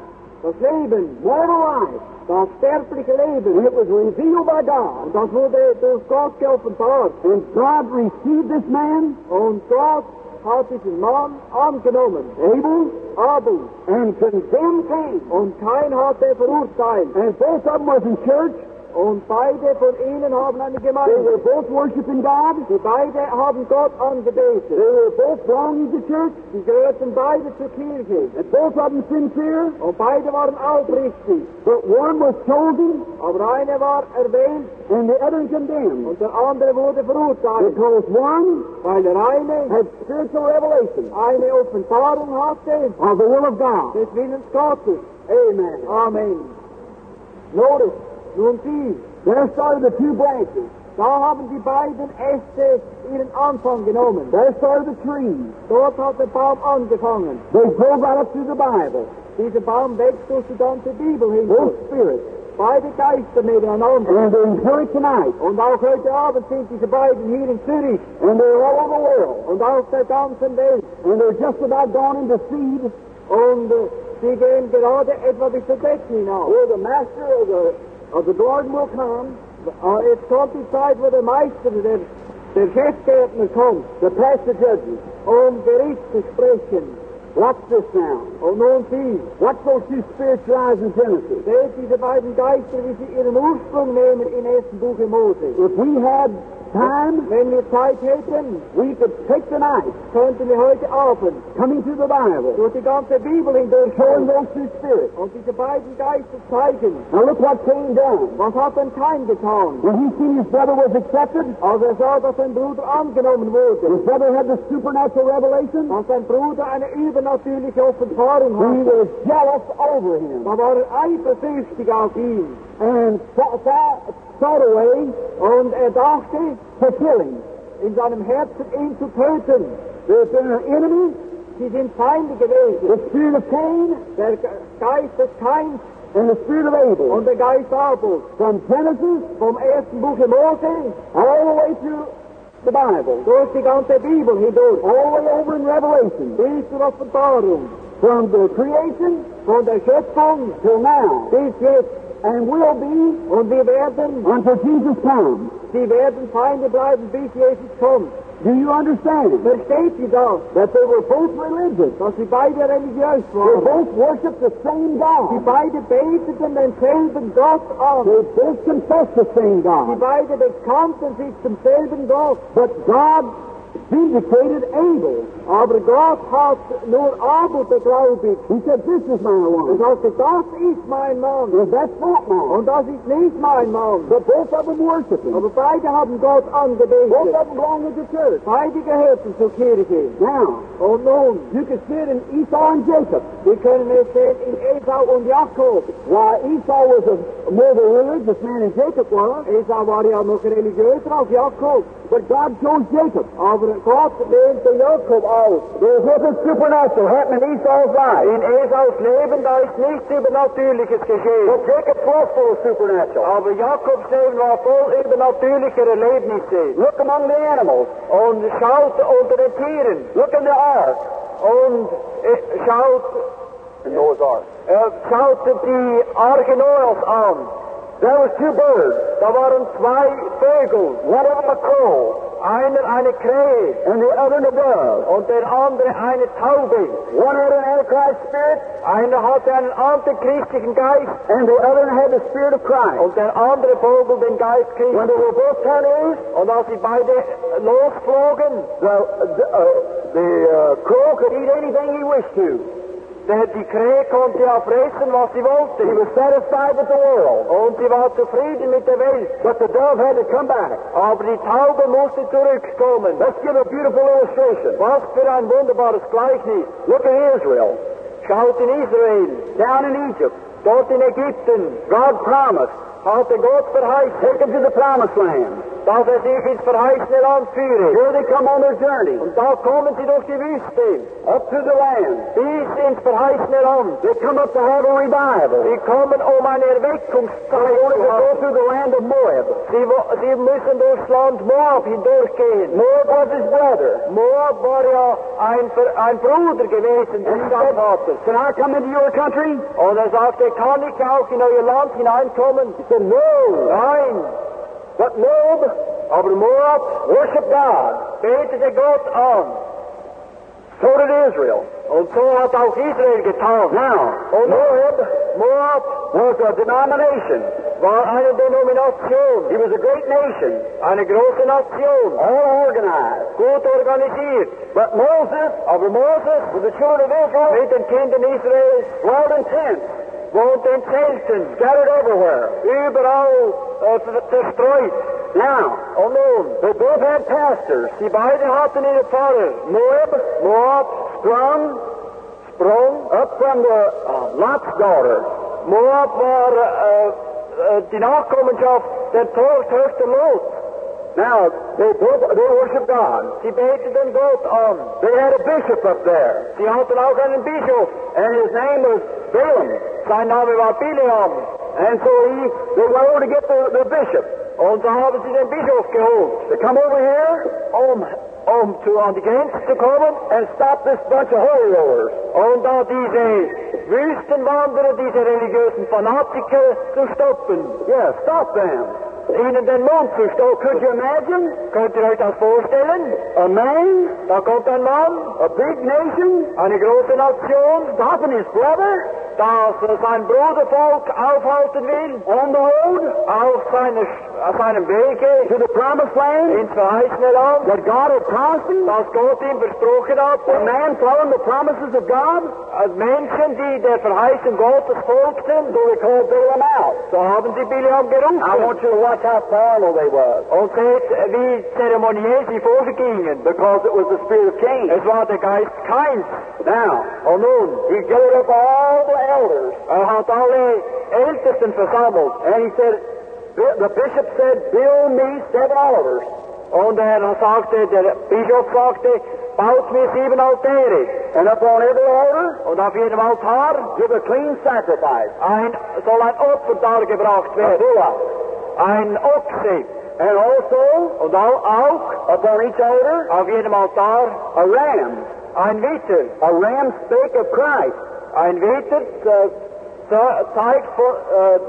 das Leben, mortal life. das sterbliche And Leben. it was revealed by God. Und das wurde durch Gott geoffenbart. And God received this man, Und Gott hat diesen Mann angenommen, Abel, Abel, and condemned Cain. und kein hat er verurteilt. And both of them was in church. Und beide von ihnen haben eine They were Gemeinde. both worshiping God. Sie beide haben Gott They angebetet. were both belonging to church. Sie gehörten beide zur Kirche. And both of them sincere. Und beide waren aufrichtig. But one was chosen Aber einer war erwähnt and the other condemned. und der andere wurde verurteilt, Because one weil der eine had spiritual revelation eine Offenbarung hatte of the will of God. des Willens Gottes. Amen. Amen. Notice, nun sieh, There started the two branches. da haben die beiden eh, Äste ihren Anfang genommen. There started the trees. Dort hat der Baum angefangen. They drove right up through the Bible. Dieser Baum wächst durch die ganze Bibel Both hindurch. spirits. Beide Geister nebeneinander. And they're in church tonight. Und auch heute Abend sind diese beiden hier in Zürich And they're all over the world. und auf der ganzen Welt. And they're just about gone into seed Und äh, sie gehen gerade etwa bis zur Decken hinaus. where Oh, the master of the of the garden will come, Aber jetzt kommt die Zeit, wo der Meister, der, der Chefgärtner kommt, to pass the judgment. um Gericht zu sprechen. Watch this now. Und nun sie, Watch those two spiritual eyes in Genesis. seht diese beiden er Geister, wie sie ihren Ursprung nehmen im ersten Buche Mose. If we had time, Wenn wir Zeit hätten, we could take the night könnten wir heute Abend coming through the Bible, durch die ganze Bibel showing hindurchschauen those two spirits. und diese beiden Geister zeigen, Now look what Cain done. was hat denn Kain getan? When he seen his brother was accepted, Als er sah, dass sein Bruder angenommen wurde, his brother had the supernatural revelation, dass sein Bruder eine übernatürliche Offenbarung he hatte, was jealous over him Da war er eifersüchtig auf ihn and sought, sought, sought a way und er dachte to kill him. in seinem Herzen, ihn zu töten. There's been an enemy, Sie sind Feinde gewesen. the spirit of Cain Der Ge- Geist des Kains and the spirit of Abel. und der Geist Abels. from Genesis Vom ersten Buche Mose all the way through the Bible, durch die ganze Bibel hindurch. all the way over in Revelation, Bis zur Offenbarung. from the creation Von der Schöpfung till now, bis jetzt. and will be Und wir werden, until Jesus comes. sie werden Feinde bleiben, bis Jesus kommt. Do you understand Versteht ihr das? that they were both religious? Dass sie beide religiös They waren. both worshiped the same Sie God. beide beteten denselben Gott an. They both confessed the same Die God. beide bekannten sich zum selben Gott, But God vindicated Abel. aber Gott hat nur Abel beglaubigt. He said, This is my Und one. sagte, das ist mein Mann And that's not mine. und das ist nicht mein Mann. But both of them worshiped him. Aber beide haben Gott Both angebetet. of them belong to the church. Beide gehörten zur Kirche. Now, Und nun, you can see it in Esau and Jacob. wir können es sehen in Esau und Jakob. Why Esau was a, more the religious man than Jacob was. Esau was ja nog religieuzer als Jacob. But God chose Jacob. Aber Gott wählte Jakob aus. There's nothing supernatural happening in Esau's life. In Esaus Leben, da ist nichts Übernatürliches geschehen. But Jacob's was full of supernatural. Aber Jakobs Leben war voll übernatürlicher Erlebnisse. Look among the animals. Und schaut unter den Tieren. Look in the ark. Und äh, schaut, In Noah's ark. äh, schaut die Arche Noahs an. There was two birds. Da waren zwei Vögel. One of them a crow, Einer eine Krähe and the other a dove. und der andere eine Taube. One had an antichrist spirit, Einer hatte einen antichristlichen Geist and the other had the spirit of Christ. und der andere Vogel den Geist Christi. When they were both turned loose, Und als sie beide losflogen, the, the, uh, the uh, crow could eat anything he wished to. der, die Krähe konnte ja fressen, was sie wollte. He was satisfied with the world. Und sie war zufrieden mit der Welt. But the dove had to come back. Aber die Taube musste zurückkommen. Let's give a beautiful illustration. Was für ein wunderbares Gleichnis. Look at Israel. Schaut in Israel, Down in Egypt, dort in Ägypten, God promised, hatte Gott verheißen, take them to the promised land. dass er sie ins verheißene Land führe. Here they come on their journey, Und da kommen sie durch die Wüste, up through the land. bis ins verheißene Land. They come up to have a revival. Sie kommen um eine They Erweckungszeit zu wanted to go haben. through the land of Moab. Sie, wo- sie müssen durchs Land Moab hindurchgehen. Moab was his brother. Moab war ja ein, Ver- ein Bruder gewesen And des he said, Stadtvaters. Can I come into your country? Und er sagte, kann ich auch in euer Land hineinkommen? He said, No. Nein, But Moab, over Moab, worship God. betete Gott an. So did Israel. Und so hat auch Israel getan. Now, Und Moab Moab was a denomination. war eine Denomination, It was a great nation, eine große Nation, all organized. gut organisiert. But Moses, over Moses, with the children of Israel, Mit den Kindern Israels dwelt in tents, wohnten in Zelten, scattered everywhere. überall uh, äh, ver- zerstreut. Now, Und nun, they both had pastors. sie beide hatten ihre Pfarrer. Moab, Moab, sprung, sprung up from the uh, Lot's daughter. Moab war äh, äh, die Nachkommenschaft der Tor- Töchter Lot. Now, they both they worship God. Sie beteten Gott an. um, They had a bishop up there, Sie hatten auch einen Bischof. and his name was Balaam. Sein Name war Bileam. And so he, they went over to get the, the bishop. Und so haben sie den Bischof geholt, They come over here um, um zu, an die Grenze zu kommen. and stop this bunch of holy rollers. Und da diese Wüstenwanderer, diese religiösen Fanatiker zu stoppen, Yeah, stop them. ihnen den Mund zu Could stoppen. you imagine? Könnt ihr euch das vorstellen? A man, Da kommt ein Mann, a big nation, eine große Nation, stopping his brother das äh, sein Brudervolk aufhalten will, on the road auf, seine, auf seinem to Wege the promised land ins verheißene Land, that God had promised him. das Gott ihm versprochen hat. A man following the promises of God, Äh, Menschen, die der Verheißung Gottes folgten, so they called Balaam out. So haben sie Biliam gerufen. I want you to watch how formal they was, Und seht, wie zeremoniell sie vorgingen. because it was the spirit of Cain. Es war der Geist Keins. Now, Und nun, he gathered up all the elders, er hat alle Ältesten versammelt. and he said, the bishop said, build me seven altars. Und er sagte, der Bischof sagte, baut mir sieben Altäre. And upon every altar, Und auf jedem Altar give a clean sacrifice, ein, soll ein Opfer dargebracht a werden. bullock. Ein Ochse. And also, Und au- auch upon each altar, auf jedem Altar a ram, ein Witter. a ram spake of Christ. Ein Witter äh, ze- zeigt, von- äh,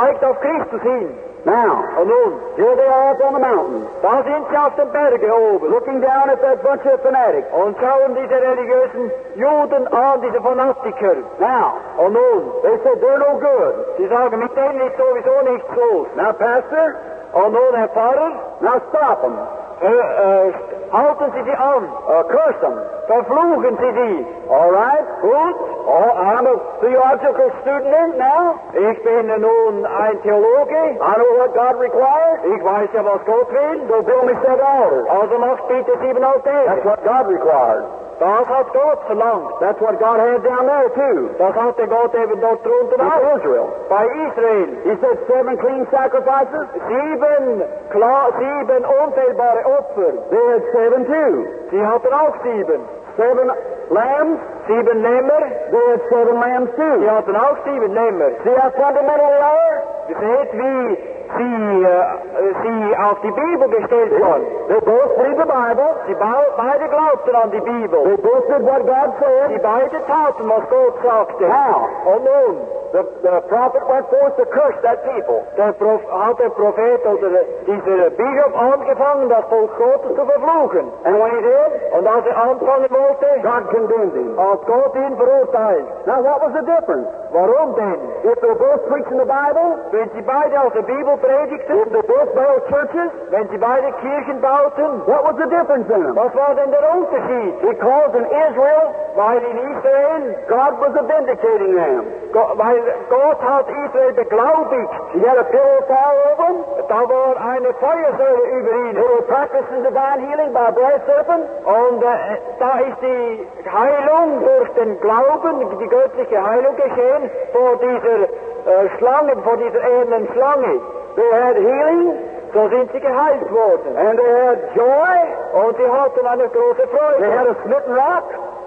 zeigt auf Christus hin. Now, Und nun, here they are up on the mountain, Da sind sie auf den Bergen oben looking down at that bunch of fanatics. und schauen diese religiösen Juden an, diese Fanatiker. Now, Und nun, they said, they're no good. sie sagen, mit denen ist sowieso nichts los. Now, Pastor, Und nun, Herr Pfarrer, now stop uh, them. äh, äh, halten Sie sie an, Uh, curse them. verfluchen Sie sie. All right? Good. Oh, I'm a theological student now. Ich bin äh, nun ein Theologe, I know what God requires. ich weiß ja, was Gott will. So build me seven altars. Also macht bitte sieben That's Altäre. what God required. Dat had God verlangd. That's what God had down there, too, Dat had de God even door troon te with maken. Israel. Bij Israël. He said, seven clean sacrifices. Sieben, kla- sieben onfehlbare Opfer. They had seven, too. Sie hatten auch sieben. Seven lambs. Sieben Lämmer. They had seven lambs, Sie too. hatten auch sieben Lämmer. See how fundamental they are? Ihr Seht, wie sie, äh, sie auf die Bibel gestellt waren. They both read the Bible. Sie bau- beide glaubten an die Bibel. They both did what God said. Sie beide taten, was Gott sagte. How? Und nun, The, the prophet went forth to curse that people. der Prof, hat der Prophet oder dieser Bischof angefangen, das Volk Gottes zu verfluchen. And when he did, Und als er anfangen wollte, God condemned him. hat Gott ihn verurteilt. Now what was the difference? Warum denn? If they're both preaching the Bible, Wenn sie beide aus der Bibel if predigten, they both built churches, wenn sie beide Kirchen bauten, what was the difference in them? was war denn der Unterschied? Because in Israel, Weil in Israel God was vindicating them. Go- Weil Gott hat Israel beglaubigt. He had a pillar of fire over them. Da war eine Feuersäule über They ihn. were practicing divine healing by blood serpent. Und äh, da ist die Heilung durch den Glauben, die göttliche Heilung geschehen, vor dieser äh, Schlange, vor dieser ehernen Schlange. They had healing, So sind sie geheilt worden. Oh, and they had joy. Und sie hatten eine große They had Freude. a smitten rock.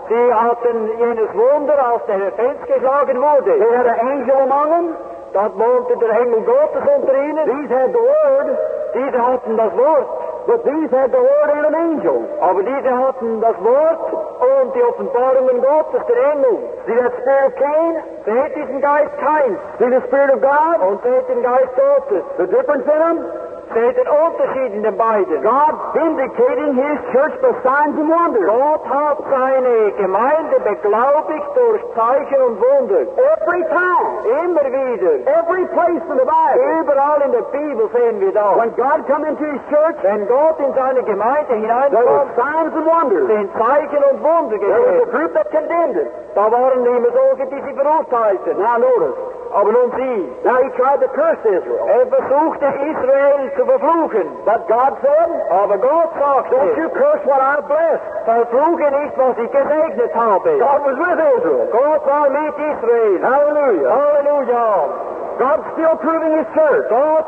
Sie hatten jenes Wunder, als der Fels geschlagen They wurde. had an angel among them. Da wohnte der Engel Gottes unter ihnen. These had the word, Diese hatten das Wort. but these had the word and an angel. Aber diese hatten das Wort und die Offenbarungen Gottes, der Engel. See that spirit of Cain? Seht diesen Geist Kains See the spirit of God? und seht den Geist Gottes. The difference in them? Seht den Unterschied in den beiden. God vindicating His church by signs and wonders. Gott hat seine Gemeinde beglaubigt durch Zeichen und Wunder. Every time, Immer wieder. every place in the Bible. Überall in der Bibel sehen wir das. When God come into His church, Wenn Gott in seine Gemeinde there was hineinkommt, signs and wonders. sind Zeichen und Wunder There was a geschehen. group that condemned it. Da waren immer solche, die sie verurteilten. Now notice. Aber nun sieh, Now He tried to curse Israel, er versuchte Israel zu verfluchen. but God said, Aber Gott sagt, "Don't you curse what I blessed." verfluche nicht, was ich gesegnet habe. God was with Israel. Gott war mit Israel. Hallelujah. Halleluja. God's still proving His church. Gott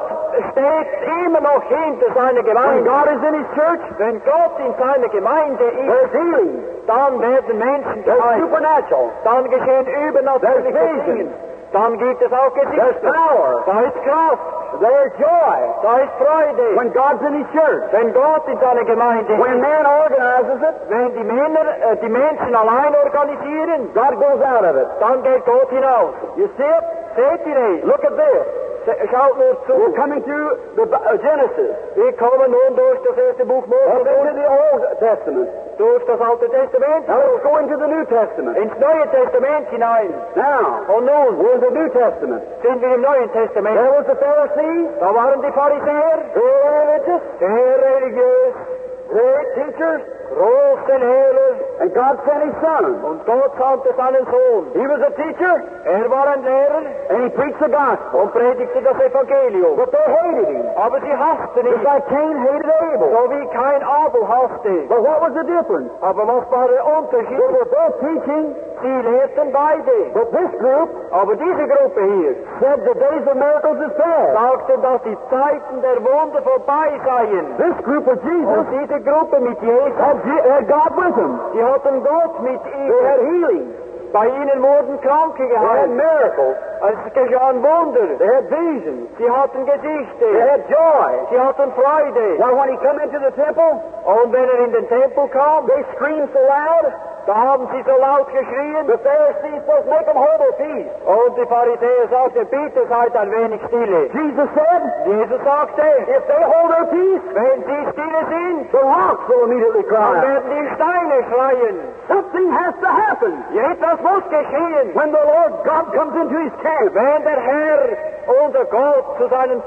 steht immer noch hinter seiner When Gemeinde. God is in His church, Wenn Gott in seiner Gemeinde ist, there's healing. dann werden Menschen There's geheilt. supernatural. Dann geschehen übernatürliche There's vision. Dinge. Dann gibt es auch There's Gesichter. power. Da ist Kraft. There's joy. Da ist Freude. When God's in His church, Wenn Gott in seiner Gemeinde when ist, man organizes it, wenn die Männer äh, die Menschen allein organisieren, God goes out of it. dann geht Gott hinaus. You see it? Seht ihr es? Look at this. Se- Schaut nur zu. We're coming through the uh, Genesis. Wir kommen nun durch das erste Buch Well, Mose, into the Old Testament. durch das Alte Testament, Now let's go into the New Testament. ins Neue Testament hinein. Now, Und nun we're in the New Testament. sind wir im Neuen There Testament. was the Pharisees, Da waren die Pharisäer, very religious, sehr religiös, great teachers, große Lehrer. and God sent His Son. Und Gott sandte seinen Sohn. He was a teacher, Er war ein Lehrer and He preached the gospel. und predigte das Evangelium. But they hated Him. Aber sie hassten Just ihn, like Cain hated Abel. so wie kein Abel hasste. But what was the difference? Aber was war der They Unterschied? were both teaching, Sie lehrten beide. but this group Aber diese Gruppe hier said the days of miracles is past. sagte, dass die Zeiten der Wunder vorbei seien. This group of Jesus Und diese Gruppe mit Jesus, had, Je- had er God with them. die hatten Gott mit They had ihnen. er healing. er Bei ihnen wurden Kranke They had geheilt. miracles. Es geschahen Wunder. They had visions. Sie hatten They Gesichter. had er joy. Sie hatten Freude. Now, when he come into the temple, Und wenn er in den Tempel kam, they screamed so loud. da haben sie so laut geschrien. The Pharisees supposed make them hold their peace. Und die Pharisäer sagten, bitte seid ein wenig er stille. Jesus said, Jesus sagte, if they hold their peace, wenn sie stille sind, the rocks will immediately dann cry out. werden die Steine schreien. Something has to happen Etwas muss geschehen. when the Lord God comes into his camp. Wenn der Herr, unser Gott, zu seinem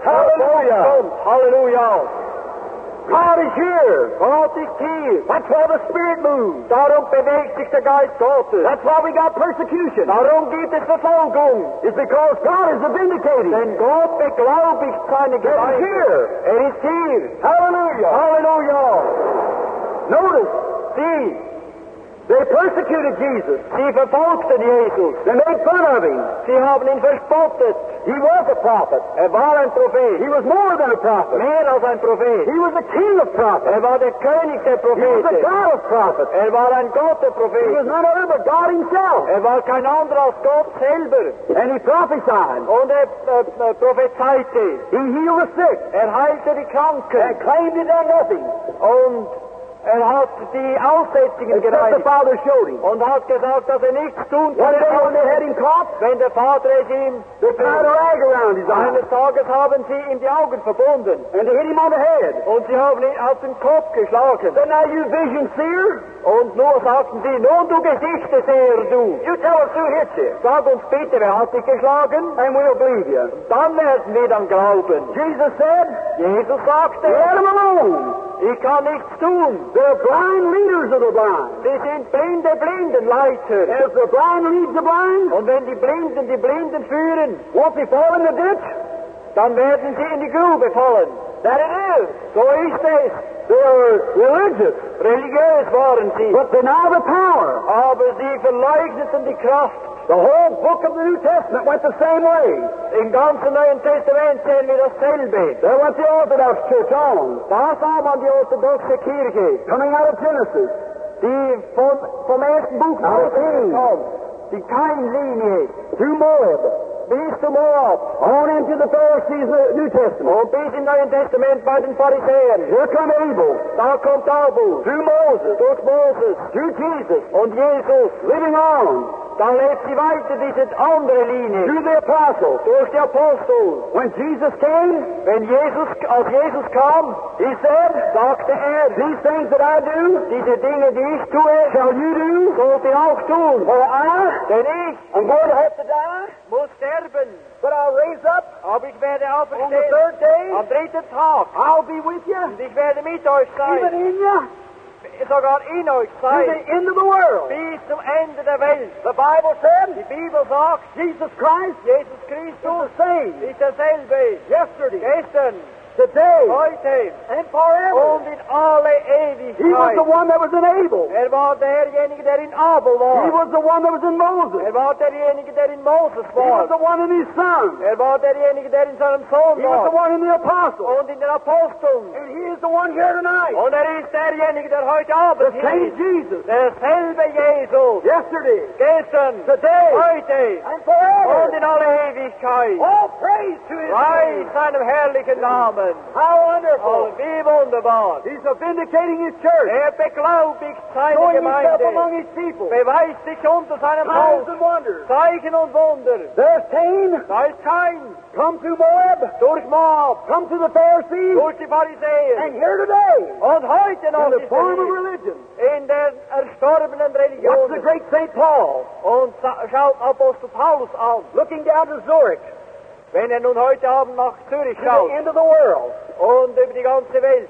Volk Halleluja. kommt, Halleluja, God is here. Gott ist hier. That's why the Spirit moves. Darum bewegt sich der Geist Gottes. That's why we got persecution. Darum gibt es Verfolgung. It's because God is the vindicating. Denn Gott beglaubigt seine God is Gemeinde. here. Er ist hier. Hallelujah. Halleluja. Notice, Sieh, They persecuted Jesus. Sie verfolgten Jesus. They made fun of him. Sie haben ihn verspottet. He was a prophet. Er war ein Prophet. He was more than a prophet. Mehr als ein Prophet. He was the king of prophets. Er war der König der He was Propheten. the God of prophets. Er war ein Gott der He was Propheten. none other but God himself. Er war kein anderer als Gott selber. And he prophesied. Und er äh, äh, prophezeite. He healed the sick. Er heilte die And Kranken. claimed it done nothing Und er hat die Aussätzigen except the gereinigt. Father showed him. Und hat gesagt, dass er nichts tun One kann. day when they had him caught, Wenn der Vater es ihm they tied a rag around his eyes Eines Tages haben sie ihm die Augen verbunden and they hit him on the head. und sie haben ihn auf den Kopf geschlagen. So now you vision seer, Und nur sagten sie, nun du Gesichtsseher, du, you tell us who hit you, sag uns bitte, wer hat dich geschlagen? and we'll believe you. Dann werden wir dann glauben. Jesus said, Jesus sagte, let them alone. ich kann nichts tun. They're blind leaders of the blind. Sie sind blinde Blindenleiter. As the blind leads the blind, Und wenn die Blinden die Blinden führen, won't they fall in the ditch? dann werden sie in die Grube fallen. That it is. So ist es. They are religious, Religiös waren sie, but deny the power. aber sie verleugneten die Kraft. The whole book of the New Testament went the same way. Im ganzen Neuen Testament sehen wir dasselbe. There went the Orthodox Church on, Da sah man die orthodoxe Kirche, coming out of Genesis. die von, vom ersten Buch Alles hin. kam. Die Keimlinie to Moab, bis zum Moab on into the Pharisees of the New Testament. und bis im Neuen Testament bei den Pharisäern. Here come Abel, Da kommt Abel through Moses, durch Moses through Jesus, und Jesus. living on, Da lebt sie weiter, diese andere Linie, through the apostles. durch die Apostel. When Jesus came, Wenn Jesus, als Jesus kam, he said, sagte er, These things that I do, diese Dinge, die ich tue, shall you do, sollt ihr auch tun. for I Denn ich am going to have to die, muss sterben, but I'll raise up aber ich werde on the auferstehen. third Am day. dritten Tag. I'll be with you, Und ich werde mit euch even sein, in you, sogar in euch to sein, the end of the world. bis zum Ende der Welt. The Bible Die said, Bibel sagt, Jesus Christ Jesus is Christus the same ist derselbe. yesterday, Gestern, today, heute and forever. und in alle He was the Ewigkeit. one that was in Abel. Er war derjenige, der in Abel He war. was the one that was in Moses. Er war derjenige, der in Moses He war. was the one in his son. Er war derjenige, der in seinem Sohn He was the war. one in the apostles. Und in den Aposteln. And he is the one here tonight. Und er ist derjenige, der heute The Abend hier same ist. Jesus. Derselbe Jesus. Yesterday, Gestern, today, heute and und forever. in alle Ewigkeit. All praise to his Frei name. in seinem herrlichen Namen. How Oh, wonderful. wie wunderbar. He's a vindicating his church. Er beglaubigt seine Showing himself Gemeinde, among his people. beweist sich unter seinem Signs Haus. and wonders. Zeichen und Wunder. There's Cain. Da ist kein Come to Moab. durch Moab, Come to the Pharisees. durch die Pharisäer. And here today. Und heute noch In the ist form of er religion. hier, in der erstorbenen What's the Religion. great St. Paul Und sa- schaut Apostel Paulus an, looking down to Zurich, wenn er nun heute Abend nach Zürich to schaut the end of the world? und über die ganze Welt.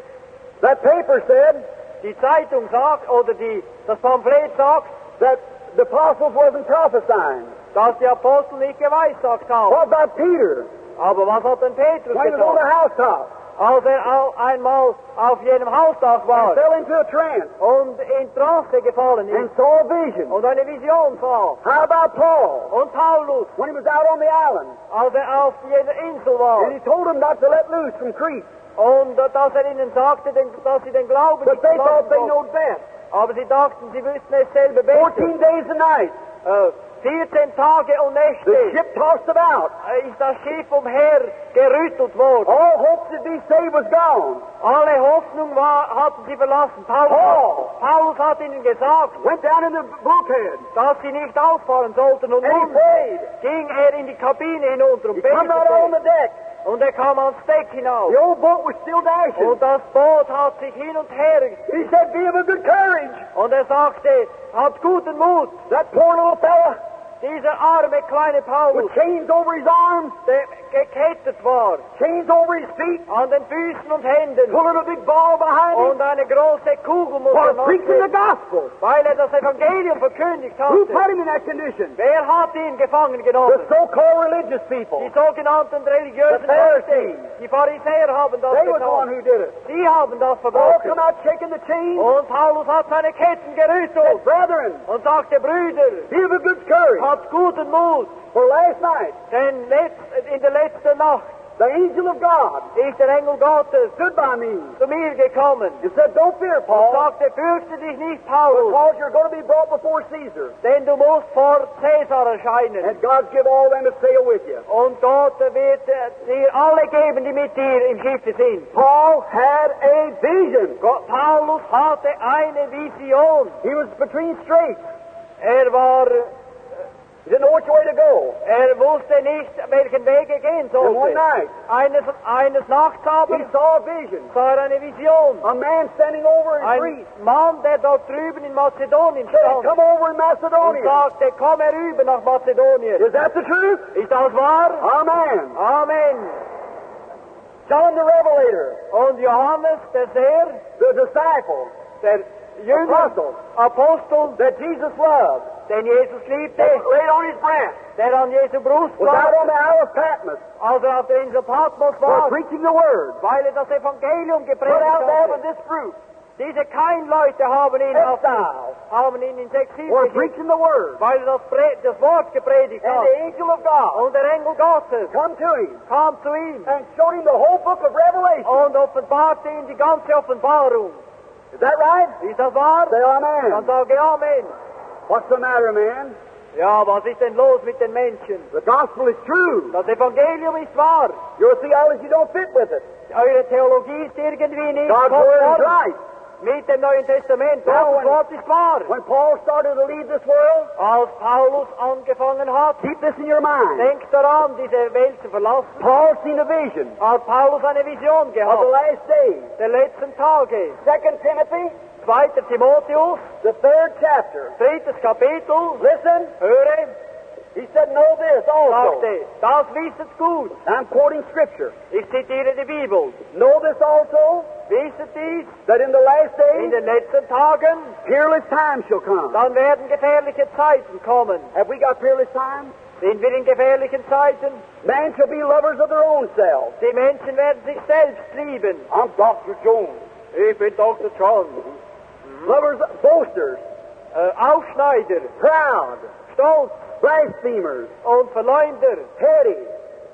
That paper said Die Zeitung sagt, oder die, das Pamphlet sagt, that the apostles wasn't prophesying. dass die Apostel nicht geweissagt haben. What about Peter? Aber was hat denn Petrus When he was on getan? the housetop, Als er au- einmal auf jenem Hausdach he war fell into a trance und in Trance gefallen and ist saw a vision. und eine Vision sah. How about Paul? Und Paulus, When he was out on the island, als er auf jener Insel war and he told them not to let loose from Crete, und äh, dass er ihnen sagte, den, dass sie den Glauben but nicht they verlassen thought they sollten. knowed best. Aber sie dachten, sie wüssten es selber Fourteen besser. days and nights, Äh, 14 Tage und the Nächte ship tossed about. äh, ist das Schiff umher gerüttelt worden. All hopes to be saved was gone. Alle Hoffnung war, hatten sie verlassen. Paulus, Paul. Paulus hat ihnen gesagt, Went down in the bulkhead, dass sie nicht auffahren sollten. Und and he nun prayed. ging er in die Kabine hinunter und He come out on the betete. deck. Und er kam ans Deck hinauf. The old boat was still dashing. Und das Boot hat sich hin und her. He said, "Be of a good courage." Und er sagte, habt guten Mut. That poor little fella Dieser arme kleine with Paulus, chains over his arms, der gekettet war. chains over his feet, An den Füßen und Händen. pulling a big ball behind him Und eine große Kugel musste for man preaching the sehen, gospel. weil er das Evangelium verkündigt Who hatte. put him in that condition? Wer hat ihn gefangen The genommen? so-called religious people. Die sogenannten religiösen The Pharisees. Leute. Die Pharisäer haben das They were the one getan. who did it. Oh, Sie haben das Paul verboten. come out shaking the chains. Und Paulus hat seine Ketten Said, gerüttelt brethren, und sagte, Brüder, be of a good courage. habt guten Mut, For last night, denn letzt, in der letzten Nacht the angel of God ist der Engel Gottes stood by me zu mir gekommen and said, don't fear, und Paul, sagte, fürchte dich nicht, Paulus, because you're going to be brought before Caesar. denn du musst vor Cäsar erscheinen. And God give all them that sail with you. Und Gott wird äh, dir alle geben, die mit dir im Schiffe sind. Paul had a vision. Gott, Paulus hatte eine Vision. He was between straits. Er war, He didn't know which way to go. er wusste nicht, welchen Weg er gehen And one sollte. night, Eines, eines Nachts he aber saw a vision. sah er eine Vision. A man standing over his Ein priest. Mann, der dort drüben in Mazedonien Said, stand come over in und Macedonia. sagte, komm herüber nach Mazedonien. Is that the truth? Ist das wahr? Amen. Amen. John the Revelator, Und Johannes, der Seher, the disciple, der Jünger, Apostel. Apostel, that Jesus loved, den Jesus that liebte, was laid on his breast, der an Jesu Brust was out war, on the Isle of Patmos als er auf der Insel Patmos for war, preaching the word. weil er das Evangelium Put gepredigt out there with hatte. this fruit. Diese Kain-Leute haben ihn, auf, Exiles haben ihn in Exil were geschickt, preaching the word. weil er das, Pre das Wort gepredigt And hat. the angel of God Und der Engel Gottes come to him kam zu ihm and showed him the whole book of Revelation. und offenbarte ihm die ganze Offenbarung. Is that right? Ist das wahr? Say Dann amen. sage Amen. What's the matter, man? Ja, was ist denn los mit den Menschen? The gospel is true. Das Evangelium ist wahr. Your theology don't fit with it. Eure Theologie ist irgendwie nicht God's word is konform right. mit dem Neuen Testament. Now Gottes when- Wort ist wahr. When Paul started to leave this world, Als Paulus angefangen hat, keep this in your mind. denkt daran, diese Welt zu verlassen, Paul seen a vision hat Paulus eine Vision of the gehabt. last days. Der letzten Tage. Second Timothy, 2. Timotheus, the third chapter. drittes Kapitel. Listen, Höre, he said, know this also. sagte, das wisset gut. I'm quoting scripture. Ich zitiere die Bibel. Know this also, Wisset dies, that in the last in days, den letzten Tagen, peerless time shall come. dann werden gefährliche Zeiten kommen. Have we got peerless time? Sind wir in gefährlichen Zeiten? Man shall be lovers of their own selves. Die Menschen werden sich selbst lieben. I'm Dr. Jones. Ich bin Dr. John. Lovers, boasters, Äh, Aufschneider, proud, Stolz blasphemers, und Verleumder, petty,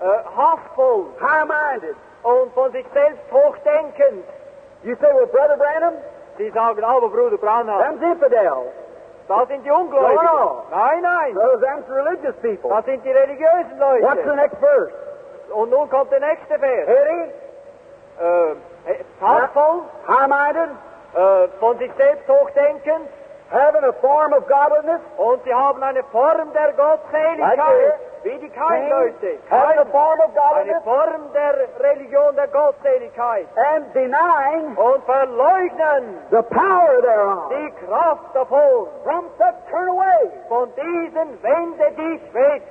äh, hassvoll high-minded. und von sich selbst hochdenkend. You say, well, Brother Branham, Sie sagen, aber Bruder Branham, them's infidels. das sind die Ungläubigen. No, no. Nein, nein, Those them's religious people. das sind die religiösen What's the Leute. next verse? Und nun kommt der nächste Vers. Petty, Äh, äh, hassvoll, high-minded, äh, von sich selbst hochdenkend having a form of godliness, und sie haben eine Form der Gottseligkeit, wie die Kain-Leute. having a form of Eine godliness, Form der Religion der Gottseligkeit. and denying und verleugnen the power thereof. die Kraft davon. From such turn away. Von diesen wende dich weg.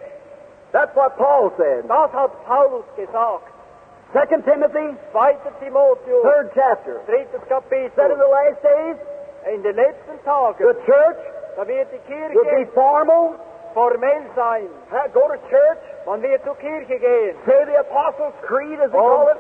That's what Paul said. Das hat Paulus gesagt. Second Timothy, 2. Timotheus, third chapter. drittes Said in Kapitel. the last days, In den letzten Tagen, the church da wird die will be Kirche formal, formell sein. ha- go to church, Man wird zur Kirche gehen say the Apostles' Creed, as they call und it.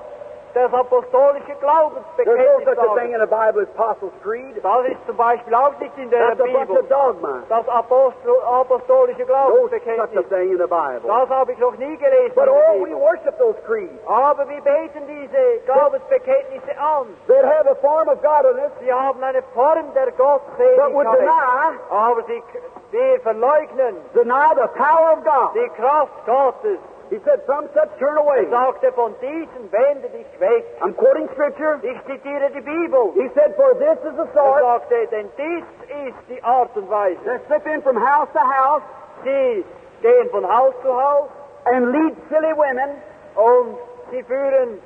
das apostolische There's no Glaubensbekenntnis such a thing sagen. in the Bible as Apostles' Creed. Das ist zum Beispiel auch nicht in der That's a bunch of Bibel. dogma. Das Apostel, apostolische No such a Glaubensbekenntnis. thing in the Bible. Das habe ich noch nie gelesen. But in der oh, Bibel. we worship those creeds. Aber wir beten diese Glaubensbekenntnisse an. They'd have a form of godliness, Sie haben eine Form der but would Gottseligkeit. deny, Aber sie, wir verleugnen deny the power of God. die Kraft Gottes. He said, from such turn away. Er sagte, von diesen wende dich weg. I'm quoting scripture. Ich zitiere die Bibel. He said, for this is the Er sort sagte, denn dies ist die Art und Weise. that slip in from house to house Sie gehen von Haus zu Haus and lead silly women und sie führen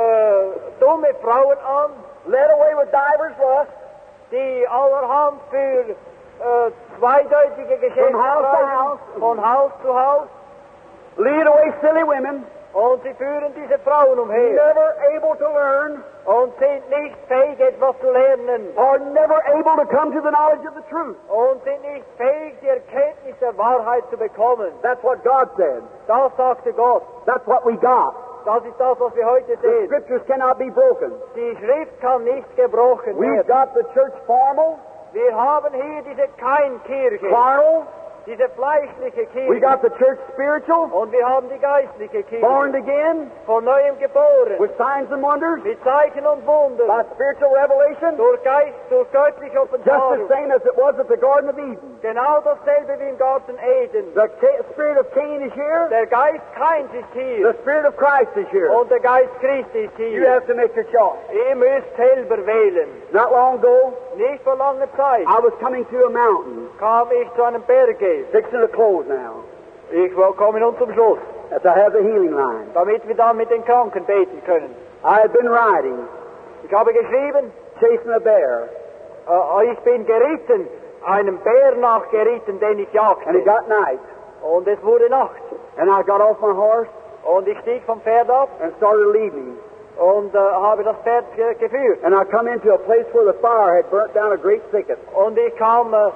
äh, dumme Frauen an, led away with divers lust die allerhand für äh, zweideutige Geschäfte Von Haus zu treiben, Haus. von Haus zu Haus. lead away silly women Und sie führen diese Frauen umher never able to learn und sind nicht fähig, etwas zu lernen. or never able to come to the knowledge of the truth. Und sind nicht fähig, die Erkenntnis der Wahrheit zu bekommen. That's what God said. Das sagte Gott. That's what we got. Das ist das, was wir heute The sehen. scriptures cannot be broken. Die Schrift kann nicht gebrochen We've werden. got the church formal, Wir haben hier diese Keinkirche, carnal. diese fleischliche We Kirche. got the church spiritual, Und wir haben die geistliche Kirche, born again, von neuem geboren, with signs and wonders, mit Zeichen und by Wundern, spiritual revelation, durch Geist, durch göttliche just the Offenbarung. same as it was at the Garden of Eden. Genau dasselbe wie im Garten Eden. The ca- spirit of Cain is here. Der Geist Kains ist hier The spirit of Christ is here. und der Geist Christi ist You hier. have to make your choice. Ihr müsst selber wählen. Not long ago, Nicht vor langer Zeit I was coming through a mountain, kam ich zu einem Berge. fixing to close now, Ich will- komme nun zum Schluss, as I have the healing line. damit wir dann mit den Kranken beten können. I had been riding, Ich habe geschrieben, chasing a bear, äh, ich bin geritten, einem Bär nachgeritten, den ich and jagte. it got night. Und es wurde Nacht. And I got off my horse Und ich stieg vom Pferd ab and started leading. und äh, habe das Pferd ge geführt. And I come into a place where the fire had burnt down a great thicket. Und ich kam äh,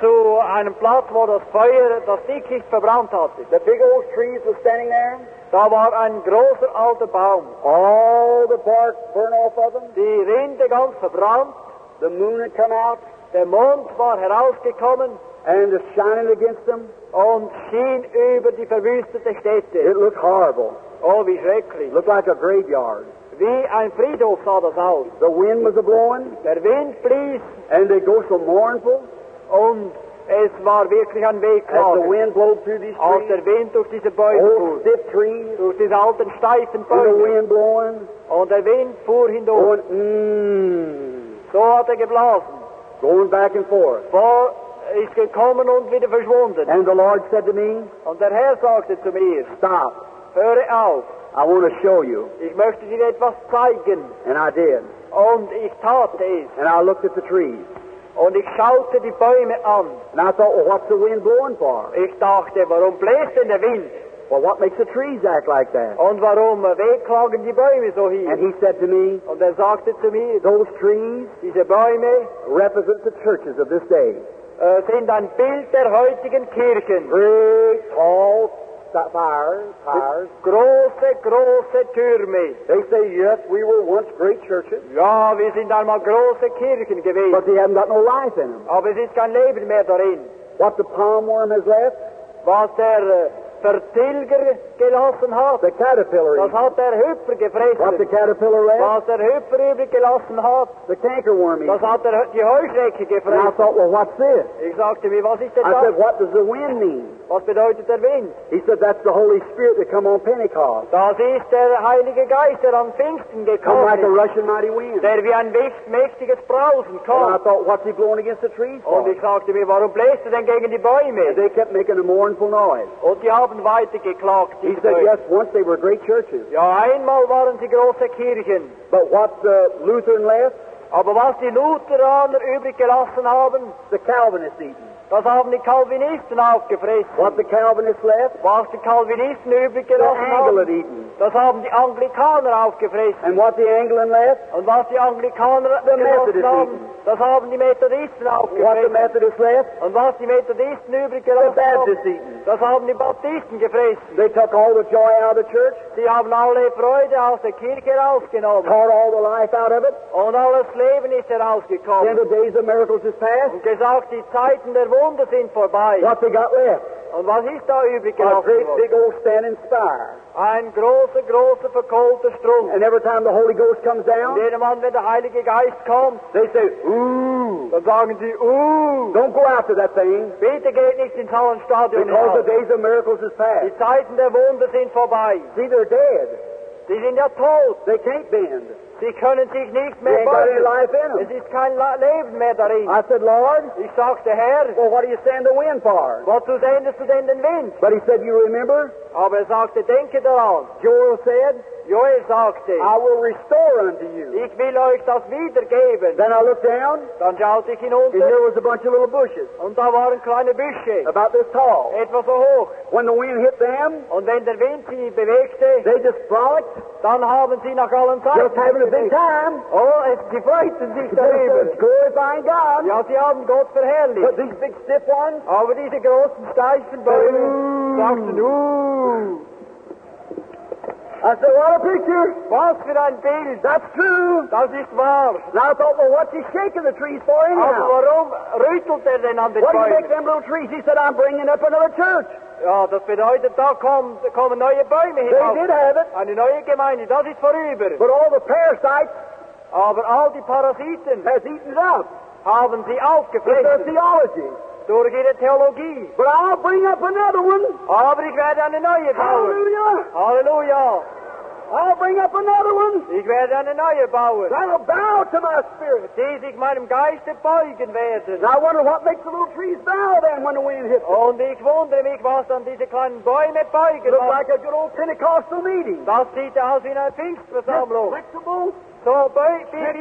zu einem Platz, wo das Feuer das Dickicht verbrannt hatte. The big old trees was standing there. Da war ein großer alter Baum. All the bark burnt off of them. Die Rinde ganz verbrannt, The moon had come out der Mond war herausgekommen and it's shining against them. und schien über die verwüstete It Stätte. looked horrible. Oh, wie schrecklich. It looked like a graveyard. Wie ein Friedhof sah das aus. The wind was a blowing Der Wind blies and they go so mournful und es war wirklich ein as the Wehklagen. wind blowed through these Als der trees. Wind durch diese Bäume Old fuhr, stiff trees durch diese alten steifen and the Bäume. wind blowing, Und der Wind fuhr hindurch. going mmm, So hat er geblasen. going back and forth. Vor ist gekommen und wieder verschwunden. And the Lord said to me, Und der Herr sagte zu mir, "Stop! höre auf, I want to show you." ich möchte dir etwas zeigen. And I did. Und ich tat es. And I looked at the trees. Und ich schaute die Bäume an. And I thought, well, what's the wind blowing for? Ich dachte, warum bläst denn der Wind? Well, what makes the trees act like that? Und warum wehklagen die Bäume so And hier? he said to me, Und er sagte zu mir, those trees diese Bäume represent the churches of this day. äh, sind ein Bild der heutigen Kirchen. Great, tall st- fires, fires. Große, große Türme. They say, yes, we were once great churches, Ja, wir sind einmal große Kirchen but gewesen. they haven't got no life in them. Aber es ist kein Leben mehr darin. What the palm worm has left, Was der äh, Vertilger gelassen hat, the caterpillar das eats. hat der Hüpfer What the gefressen. caterpillar left, Was der Hüpfer übrig gelassen hat, the canker worm das eats. hat der, die Heuschrecke And I gefressen. thought, well, what's this? Ich sagte mir, was ist denn I said, das? what does the wind mean? Was bedeutet der Wind? He said, that's the Holy Spirit that come on Pentecost. Das ist der Heilige Geist, der am Pfingsten Come like a gekommen rushing mighty wind. ist, der wie ein mächt- mächtiges Brausen And I kommt. thought, what's he blowing against the trees for? Und ich sagte mir, warum bläst du denn gegen die And Bäume? they kept making a mournful noise. Und die haben weiter geklagt. He diese said, Bäume. yes, once they were great churches. Ja, einmal waren sie große Kirchen. But what the Lutheran left, Aber was die Lutheraner übrig gelassen haben, the Calvinist eaten. das haben die Calvinisten aufgefressen. What the Calvinist left, Was die Calvinisten übrig the gelassen Anglican haben, eaten. das haben die Anglikaner aufgefressen. And what the Anglican left, Und was die Anglikaner The gelassen Methodist haben, eaten. das haben die Methodisten what the aufgefressen. Methodist left, Und was die Methodisten übrig the gelassen Baptist haben, eaten. das haben die Baptisten gefressen. They took all the joy out of the church, Die haben alle Freude aus der Kirche rausgenommen. taught all the life out of it. Und alles Leben ist Then herausgekommen. the days of miracles is past. Und gesagt, die Zeiten der Wunder sind vorbei. What they got left? Und was ist da übrig A gelassen great worden? big old standing spire. Ein großer, großer verkohlter Strunk. And every time the Holy Ghost comes Und down, jedermann, wenn der Heilige Geist kommt, they say, ooh. dann sagen sie, uh, Don't go after that thing bitte geht nicht ins Hallenstadion because the hinaus. days of miracles is past. Die Zeiten der Wunder sind vorbei. See, they're dead. Sie sind ja tot. They can't bend. Sie können sich nicht They mehr ain't got any beugen. life in Es them. ist kein La- Leben mehr darin. I said, Lord, Ich sagte, Herr, well, what do you stand the wind for? wozu sendest du denn den Wind? But he said, you remember? Aber er sagte, denke daran. Joel said, Joel sagte, I will restore unto you. ich will euch das wiedergeben. Then I looked down, Dann schaute ich and hinunter there was a bunch of little bushes um. und da waren kleine Büsche, about this tall. etwa so hoch. When the wind hit them, Und wenn der Wind sie bewegte, they just frolicked, dann haben sie nach allen just Seiten having a bewegt. big time, Oh, es, sie freuten sich just darüber. glorifying God. Ja, sie haben Gott But verherrlicht. these big stiff Oh, ones, Aber diese großen Steifenbäume sagten, uh, I said, what a picture! was für ein Bild, That's true. das ist wahr. And I thought, well, what's he shaking the trees for Aber anyhow? warum rüttelt er denn an den What do you make Bäumen? them little trees? He said, I'm bringing up another church. Ja, das bedeutet, da kommen, kommen neue Bäume They hinauf. did have it, Eine neue Gemeinde, das ist vorüber. but all the parasites Aber Oh, all die Parasiten has eaten it up. haben sie It's their aufgefressen theology. durch ihre Theologie. But I'll bring up another one. Aber ich werde eine neue bauen. Hallelujah. Halleluja! I'll bring up another one. Ich werde eine neue bauen, That'll bow to my spirit. die sich meinem Geiste beugen And werden. I wonder what makes the little trees bow then when the wind hits Oh, them. Und ich wundere mich, was dann diese kleinen Bäume beugen. Looks lassen. like a good old Pentecostal meeting. Das sieht aus wie eine Pfingstversammlung. Flexible, So beu- shaken by the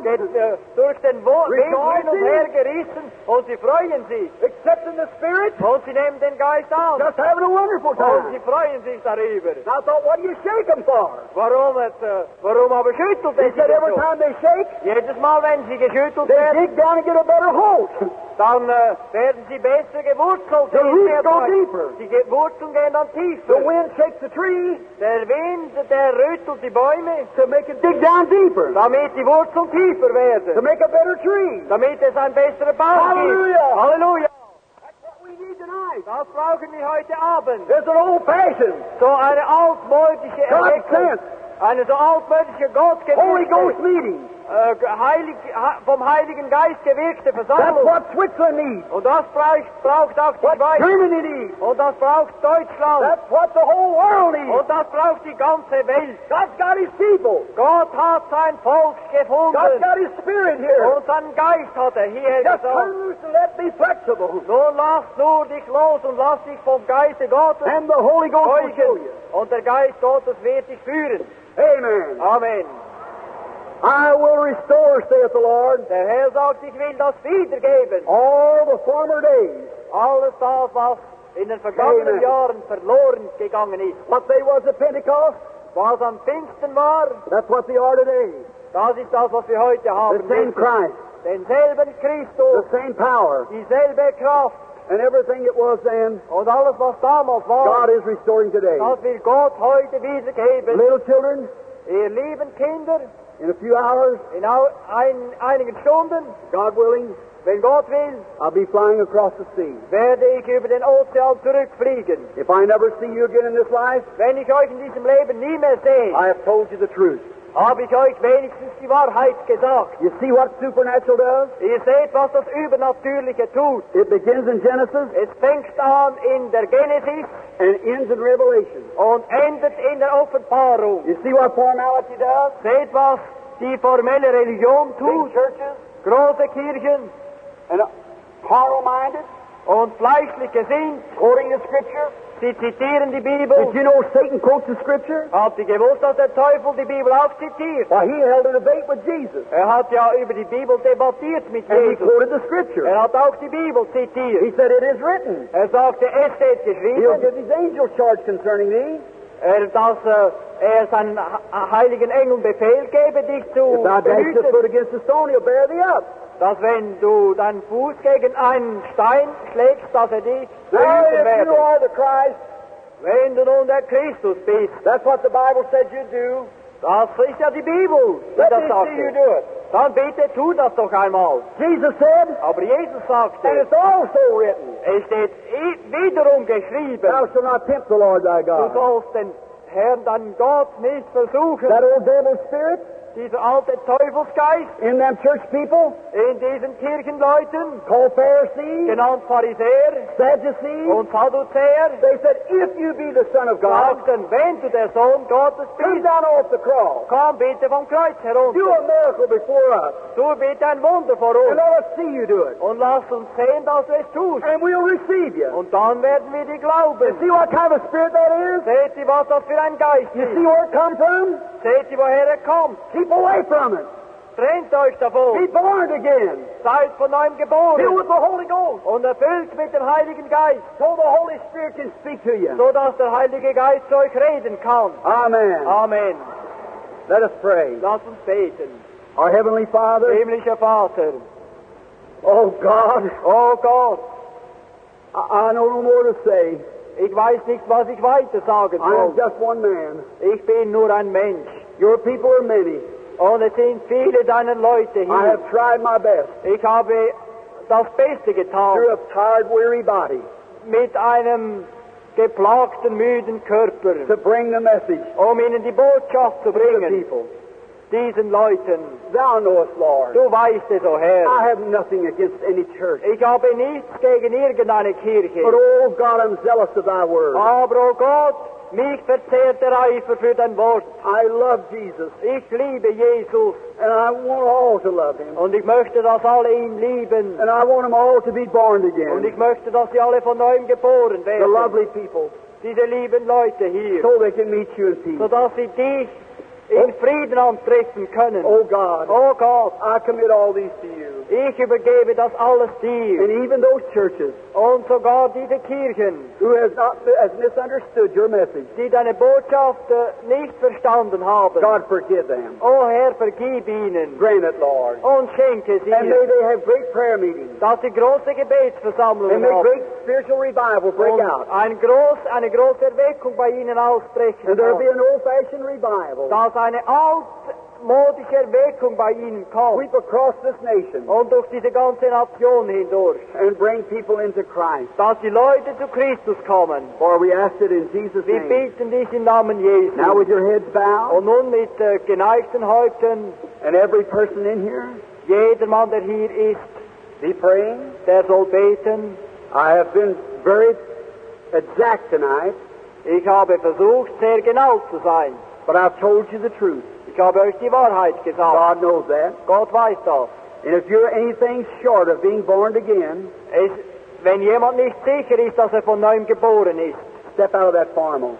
bin wind, ich äh, durch den Wo- Wind hin und her gerissen und sie freuen sich. accepting the spirit, Und sie nehmen den Geist an. just having a wonderful Und time. sie freuen sich darüber. And I thought, what do you shake them for? Warum, es, äh, warum aber schüttelt He er said sie every so? time they shake, Jedes Mal, wenn sie geschüttelt they werden, dig down and get a better hold. dann äh, werden sie besser gewurzelt. The Sie roots werden go weit- deeper. Die Ge- Wurzeln gehen dann The tiefer. wind shakes the tree Der Wind, der rüttelt die Bäume, to make it dig down deeper, damit die Wurzeln tiefer to werden. make a better tree. Damit es ein besserer Baum gibt. Hallelujah. Halleluja! That's what we need tonight. Das brauchen wir heute Abend. There's an old fashioned So eine altmodische God Entwicklung. sent Eine so altmodische Holy Ghost Gottgewirkte, meeting. äh, ge- heilig, ha- vom Heiligen Geist gewirkte That's Versammlung. what Switzerland needs. Und das braucht, braucht auch die What Schweiz. Germany needs. Und das braucht Deutschland. That's what the whole world needs. Und das braucht die ganze Welt. God's got His people. Gott hat sein Volk God's gefunden. got His Spirit here. Und seinen Geist hat er hier Just gesagt. turn loose and let be flexible. Nun lass nur dich los und lass dich vom Geiste Gottes And the Holy Ghost will show beugen. you. Und der Geist Gottes wird dich führen. Amen. Amen. I will restore, saith the Lord, Der Herr sagt, ich will das wiedergeben. all the former days. Alles das, was in den vergangenen Amen. Jahren verloren gegangen ist. What they was at Pentecost, Was am Pfingsten war, that's what they are today. das ist das, was wir heute The haben. same Christ, Denselben the Christus, same power, dieselbe Kraft and everything it was then, und alles, was damals war, God is restoring today. das will Gott heute wiedergeben. Little children, Ihr lieben Kinder, in a few hours, in au- ein, einigen Stunden, God willing, wenn Gott will, I'll be flying across the sea. werde ich über den Ozean zurückfliegen. If I never see you again in this life, Wenn ich euch in diesem Leben nie mehr sehe, I have told you the truth. habe ich euch wenigstens die Wahrheit gesagt. You see what supernatural does? Ihr seht, was das Übernatürliche tut. It begins in Genesis Es fängt an in der Genesis and ends in Revelation. und endet in der Offenbarung. You see what formality does? Seht, was die formelle Religion Big tut. churches Große Kirchen and uh, carnal-minded, und fleischlich gesinnt, quoting the Scripture. sie zitieren die Did Bibel. you know Satan quotes the Scripture? Habt ihr gewusst, dass der Teufel die Bibel auch zitiert? Why, he held a debate with Jesus, Er hat ja über die Bibel debattiert mit and he Jesus. quoted the Scripture. Er hat auch die Bibel zitiert. He said, It is written. Er sagte, es steht He'll geschrieben, give his angel charge concerning thee. er, dass äh, er seinen ha- heiligen Engeln Befehl gebe, dich zu If thou dash the behüten, foot against the stone, he'll bear thee up. dass wenn du deinen Fuß gegen einen Stein schlägst, dass er dich Now, behüten if you werde. are the Christ, Wenn du nun der Christus bist, that's what the Bible said you'd do. das ist ja die Bibel, die Let das me see you sagte. do it. Dann bitte tu das doch einmal. Jesus said, Aber Jesus and sagte, it's also written, es steht i- wiederum geschrieben, Thou shalt not tempt the Lord thy du God. sollst den Herrn, deinen Gott, nicht versuchen. That old devil spirit, Dieser alte Teufelsgeist in them church people in diesen Kirchenleuten, called Pharisees, genannt Pharisäer Sadducees. und Sadduzäer, They said, if you be the Son of God, sagten, wenn du der Sohn Gottes come bist, down off the cross. komm bitte vom Kreuz Do herunter. a miracle before us. Du bitte ein Wunder vor uns. And now let's see you do it. Und lass uns sehen, dass du es tust. And we'll receive you. Und dann werden wir dir You glauben. see what kind of a spirit that is? Seht ihr, was das für ein Geist You see ist? where it comes from? Seht ihr, woher er kommt? Keep away from it. Trennt euch davon. Be born again. Seid von neuem Filled geboren with the Holy Ghost. und erfüllt mit dem Heiligen Geist, So the Holy Spirit can speak to you. so dass der Heilige Geist zu euch reden kann. Amen. Amen. Let us pray. Lass uns beten. Our Heavenly Father, Himmlischer Vater, oh God, oh Gott, I, I know no more to say. ich weiß nicht, was ich weiter sagen I soll. am just one man. Ich bin nur ein Mensch Your people are many. und es sind viele deiner Leute I hier. have tried my best Ich habe das Beste getan through a tired, weary body mit einem geplagten, müden Körper. to bring the message um ihnen die Botschaft zu to the bringen, people. diesen Leuten. Thou knowest, Lord. Du weißt es, o I Herr. have nothing against any church. Ich habe nichts gegen irgendeine But, Kirche. oh God, I'm zealous of thy word. Aber, o Gott, mich verzehrt der Eifer für dein Wort. I love Jesus, Ich liebe Jesus and I want all to love him. und ich möchte, dass alle ihn lieben. And I want them all to be born Und ich again. möchte, dass sie alle von neuem geboren The werden. lovely people, Diese lieben Leute hier, so they can meet you in peace. sodass sie dich in Frieden antreffen können. Oh God, O Gott, I commit all these to you. ich übergebe das alles dir And even those churches und sogar diese Kirchen. who has not has misunderstood your message, die deine Botschaft äh, nicht verstanden haben. God forgive them. O Herr, vergib ihnen Grant it, Lord. und schenke es And may ihnen, they have great prayer meetings. dass sie große And Gebetsversammlungen may haben great spiritual revival break und out. ein groß, eine große Erweckung bei ihnen ausbrechen And there'll be kann, an old-fashioned revival dass eine altmodische Erweckung bei ihnen kommt sweep across this nation und durch diese ganze Nation hindurch, and bring people into Christ. dass die Leute zu Christus kommen. For we ask it in Jesus' Wir name. bitten dich im Namen Now Jesu. with your heads bowed Und nun mit äh, geneigten Häupten, and every person in here, jedermann, der hier ist, be praying. der soll beten. I have been very exact tonight, Ich habe versucht, sehr genau zu sein. but I've told you the truth. Ich habe euch die Wahrheit gesagt. God knows that. Gott weiß das. And if you're anything short of being born again, Es, wenn jemand nicht sicher ist, dass er von neuem geboren ist, step out of that formal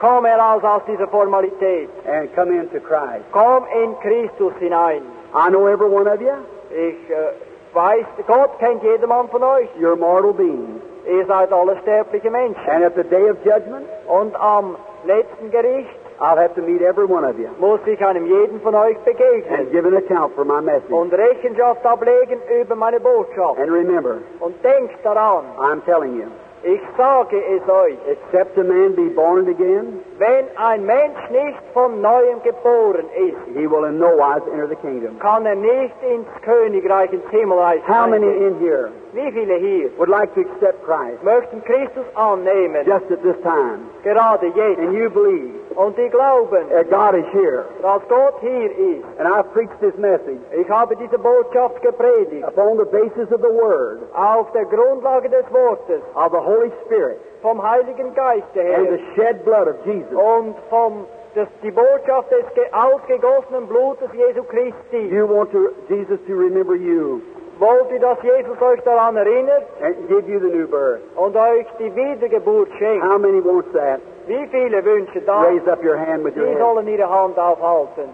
komm heraus aus dieser Formalität. and come into Christ. Komm in Christus hinein. I know every one of you. Ich äh, weiß, Gott kennt jedermann von euch. You're mortal beings. Ihr seid alle sterbliche Menschen. And at the day of judgment, Und am letzten Gericht I'll have to meet every one of you muss ich einem jeden von euch and begegnen give an account for my message. und Rechenschaft ablegen über meine Botschaft. And remember, Und denkt daran, I'm telling you, ich sage es euch. except a man be born again, Wenn ein Mensch nicht von neuem geboren ist, he will in no wise enter the kingdom. kann er nicht ins Königreich, ins Himmelreich How many eingehen. in here Wie viele hier would like to accept Christ möchten Christus annehmen, just at this time? gerade jetzt, And you believe und die glauben, that God is here. dass Gott hier ist? And I've preached this message Ich habe diese Botschaft gepredigt, upon the basis of the Word, auf der Grundlage des Wortes, of the Holy Spirit, vom Heiligen Geiste and her the shed blood of Jesus. und vom das, die Botschaft des ge- ausgegossenen Blutes Jesu Christi. You want to, Jesus to remember you Wollt ihr, dass Jesus euch daran erinnert and give you the new birth. und euch die Wiedergeburt schenkt? How many wants that? Wie viele wünschen das? Raise up your hand with your Sie head. sollen ihre Hand aufhalten.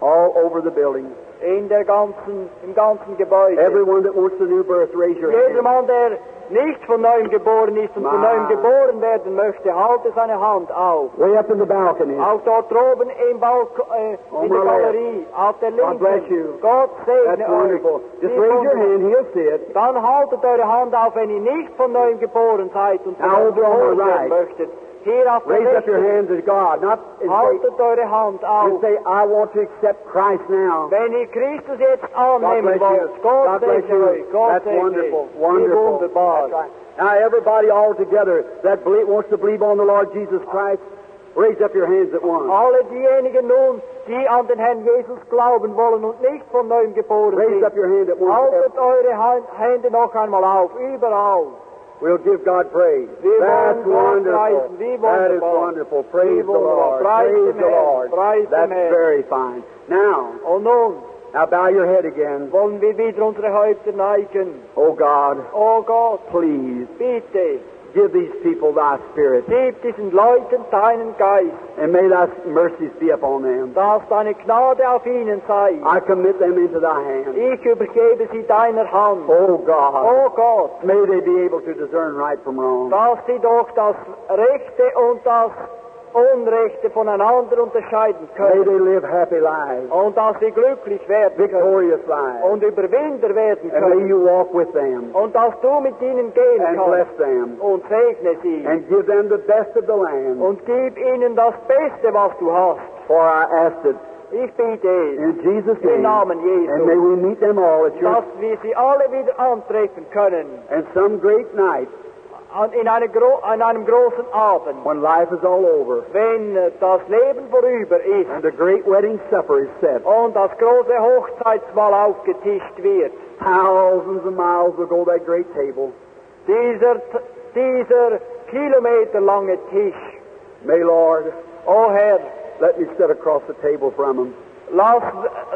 All over the building. In der ganzen, im ganzen Gebäude. Everyone that wants the new birth, raise your hand. Jedermann, der nicht von neuem geboren ist und von Ma. neuem geboren werden möchte, halte seine Hand auf. Way up in the balcony. Auch dort oben im Balkon, äh, Oh, in der my Galerie, auf der God bless you. linken. Gott That's segne euch. wonderful. Sie Just raise your kommen- hand. He'll see it. Dann haltet eure Hand auf, wenn ihr nicht von neuem geboren seid und von Now neuem over on the geboren werden right. möchtet. Hier auf der Raise up your rechten, hands to God. Not and say, haltet eure Hand and auf. say, I want to accept Christ now. Wenn ihr Christus jetzt annehmen God bless you. wollt, Gott God bless segne you. euch, Gott That's segne euch. wonderful. Wie Wonderful. wunderbar. That's right. Now, everybody all together that believe, wants to believe on the Lord Jesus Christ, raise up your hands at once. Alle diejenigen nun, die an den Herrn Jesus glauben wollen und nicht von neuem geboren Raise up sind, your hand at once. haltet eure Hand- Hände noch einmal auf, überall. We'll give God praise. Wie That's wonderbar. wonderful. Wie That is wonderbar. wonderful. Praise Wie the wunderbar. Lord. Preis Praise dem the Herrn. Lord. Preis dem That's Herrn. very fine. Now, Und nun now bow your head again. Oh wollen wir wieder unsere Häupter neigen. Oh God, Oh Gott, please bitte, give these people thy spirit gib diesen Leuten deinen Geist, and may thy mercies be upon them. dass deine Gnade auf ihnen sei. I commit them into thy hands. Ich übergebe sie deiner Hand. Oh God, Oh Gott, may they be able to discern right from wrong. dass sie doch das Rechte und das Unrechte voneinander unterscheiden May können. they live happy lives, Und dass sie glücklich werden können. victorious lives. Und Überwinder werden And may können. you walk with them Und dass du mit ihnen gehen and kannst. bless them und segne sie and give them the best of the land. und gib ihnen das Beste, was du hast. For I asked it Ich bitte In Jesus' es im name. Namen And may Jesu, we meet them all at your dass wir sie alle wieder antreffen können and some great night an, in einer gro an einem großen Abend, when life is all over wenn äh, das Leben vorüber ist and the great wedding supper is set. und das große Hochzeitsmahl aufgetischt wird. Thousands of miles will go that great table. Dieser, T- dieser kilometerlange Tisch, May Lord, o Herr, let me sit across the table from them. lass,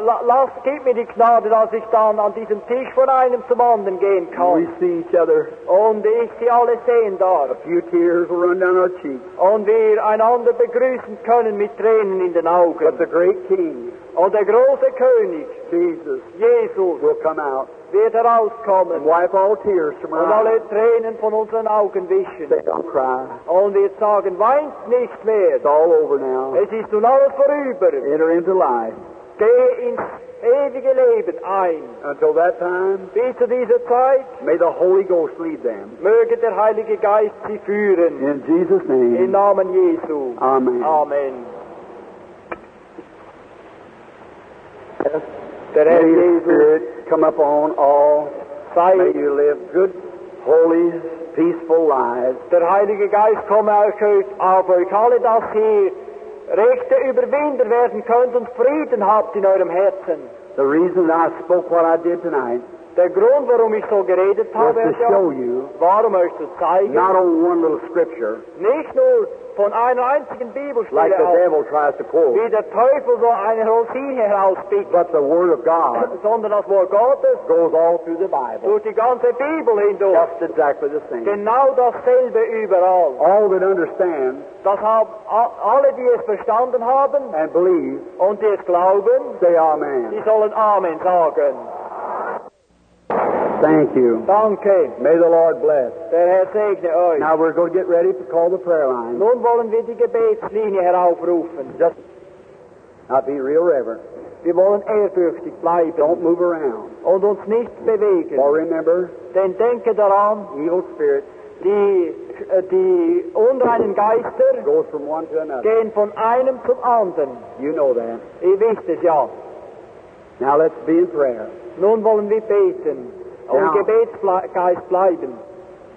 la, lass, gib mir die Gnade, dass ich dann an diesem Tisch von einem zum anderen gehen kann. We see each other. Und ich sie alle sehen darf. A few tears will run down our cheeks. Und wir einander begrüßen können mit Tränen in den But Augen. the great King, Und der große König, Jesus, Jesus, will come out wird and herauskommen wipe all tears from und our eyes. alle Tränen von unseren Augen wischen. They don't cry. Und wird sagen, weint nicht mehr. It's all over now. Es ist nun alles vorüber. Enter into life. Geh ins ewige Leben ein. Until that time, Bis zu dieser Zeit may the Holy Ghost lead them. möge der Heilige Geist sie führen. In Jesus' Im name, Namen Jesu. Amen. Amen. Der May Herr your Jesus Spirit come upon all. May sei you live good, holy, peaceful lives. Der Heilige Geist komme euch heute auf euch alle, dass ihr rechte Überwinder werden könnt und Frieden habt in eurem Herzen. The reason I spoke what I did tonight Der Grund, warum ich so geredet was habe, to Herr show John, you war, um euch zu zeigen, not on one little scripture nicht nur von einer einzigen like Bibelstelle the aus, devil tries to quote, wie der Teufel so eine Rosine herausbiegt, but the Word of God sondern das Wort Gottes goes all through the Bible durch die ganze Bibel hindurch. just exactly the same. Genau dasselbe überall. All that understand Das haben a- alle, die es verstanden haben and believe und die es glauben, say die Amen. sollen Amen sagen. Thank you. Danke, May the Lord bless. der Herr segne euch. Now we're going to get ready to call the prayer line. Nun wollen wir die Gebetslinie heraufrufen. Just now be real reverent. Wir wollen ehrfürchtig Don't bleiben move around. und uns nicht bewegen. Or remember, Denn denke daran, evil spirits die, äh, die unreinen Geister goes from one to another. gehen von einem zum anderen. You know that. Ihr wisst es ja. Now let's be in prayer. Nun wollen wir beten und Ja. im Gebetsgeist bleiben.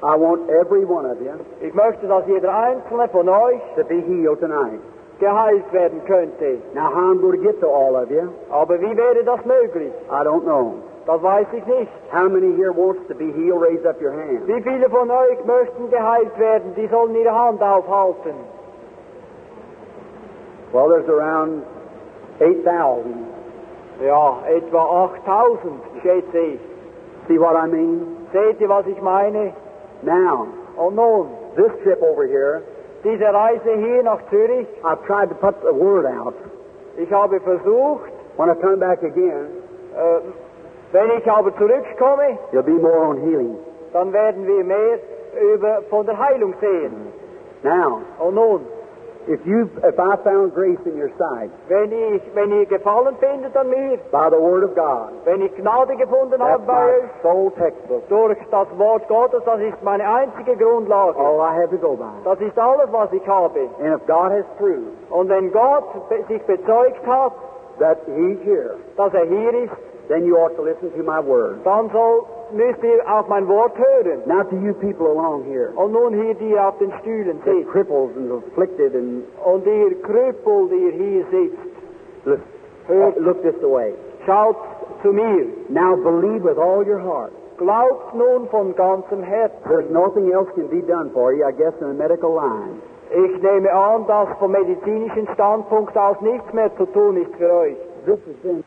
I want every one of you Ich möchte, dass jeder einzelne von euch to be healed tonight. geheilt werden könnte. Now, how I'm going to get to all of you, Aber wie wäre das möglich? I don't know. Das weiß ich nicht. How many here wants to be healed? Raise up your hand. Wie viele von euch möchten geheilt werden? Die sollen ihre Hand aufhalten. Well, there's around 8,000. Ja, etwa 8000, schätze ich. See what I mean? Seht ihr, was ich meine? Now, Und nun, this trip over here, diese Reise hier nach Zürich, I've tried to put the word out. ich habe versucht, When I come back again, äh, wenn ich aber zurückkomme, you'll be more on healing. dann werden wir mehr über, von der Heilung sehen. Now, Und nun, if you, if I found grace in your sight wenn, ich, wenn ihr Gefallen findet an mir, by the word of God, wenn ich Gnade gefunden that's habe bei my euch, sole textbook. durch das Wort Gottes, das ist meine einzige Grundlage. All I have to go by. Das ist alles, was ich habe. And if God has proved Und wenn Gott be- sich bezeugt hat, that He's here, dass er hier ist, then you ought to listen to my word. dann soll, müsst ihr auf mein Wort hören. Now to you people along here, Und nun hier, die ihr auf den Stühlen the sitzt, cripples and afflicted, and und ihr Krüppel, die ihr hier sitzt, Look, Hört, look this way. schaut zu mir. Now believe with all your heart. Glaubt nun von ganzem Herzen. There's nothing else can be done for you, I guess, in the medical line. Ich nehme an, dass vom medizinischen Standpunkt aus nichts mehr zu tun ist für euch. This has been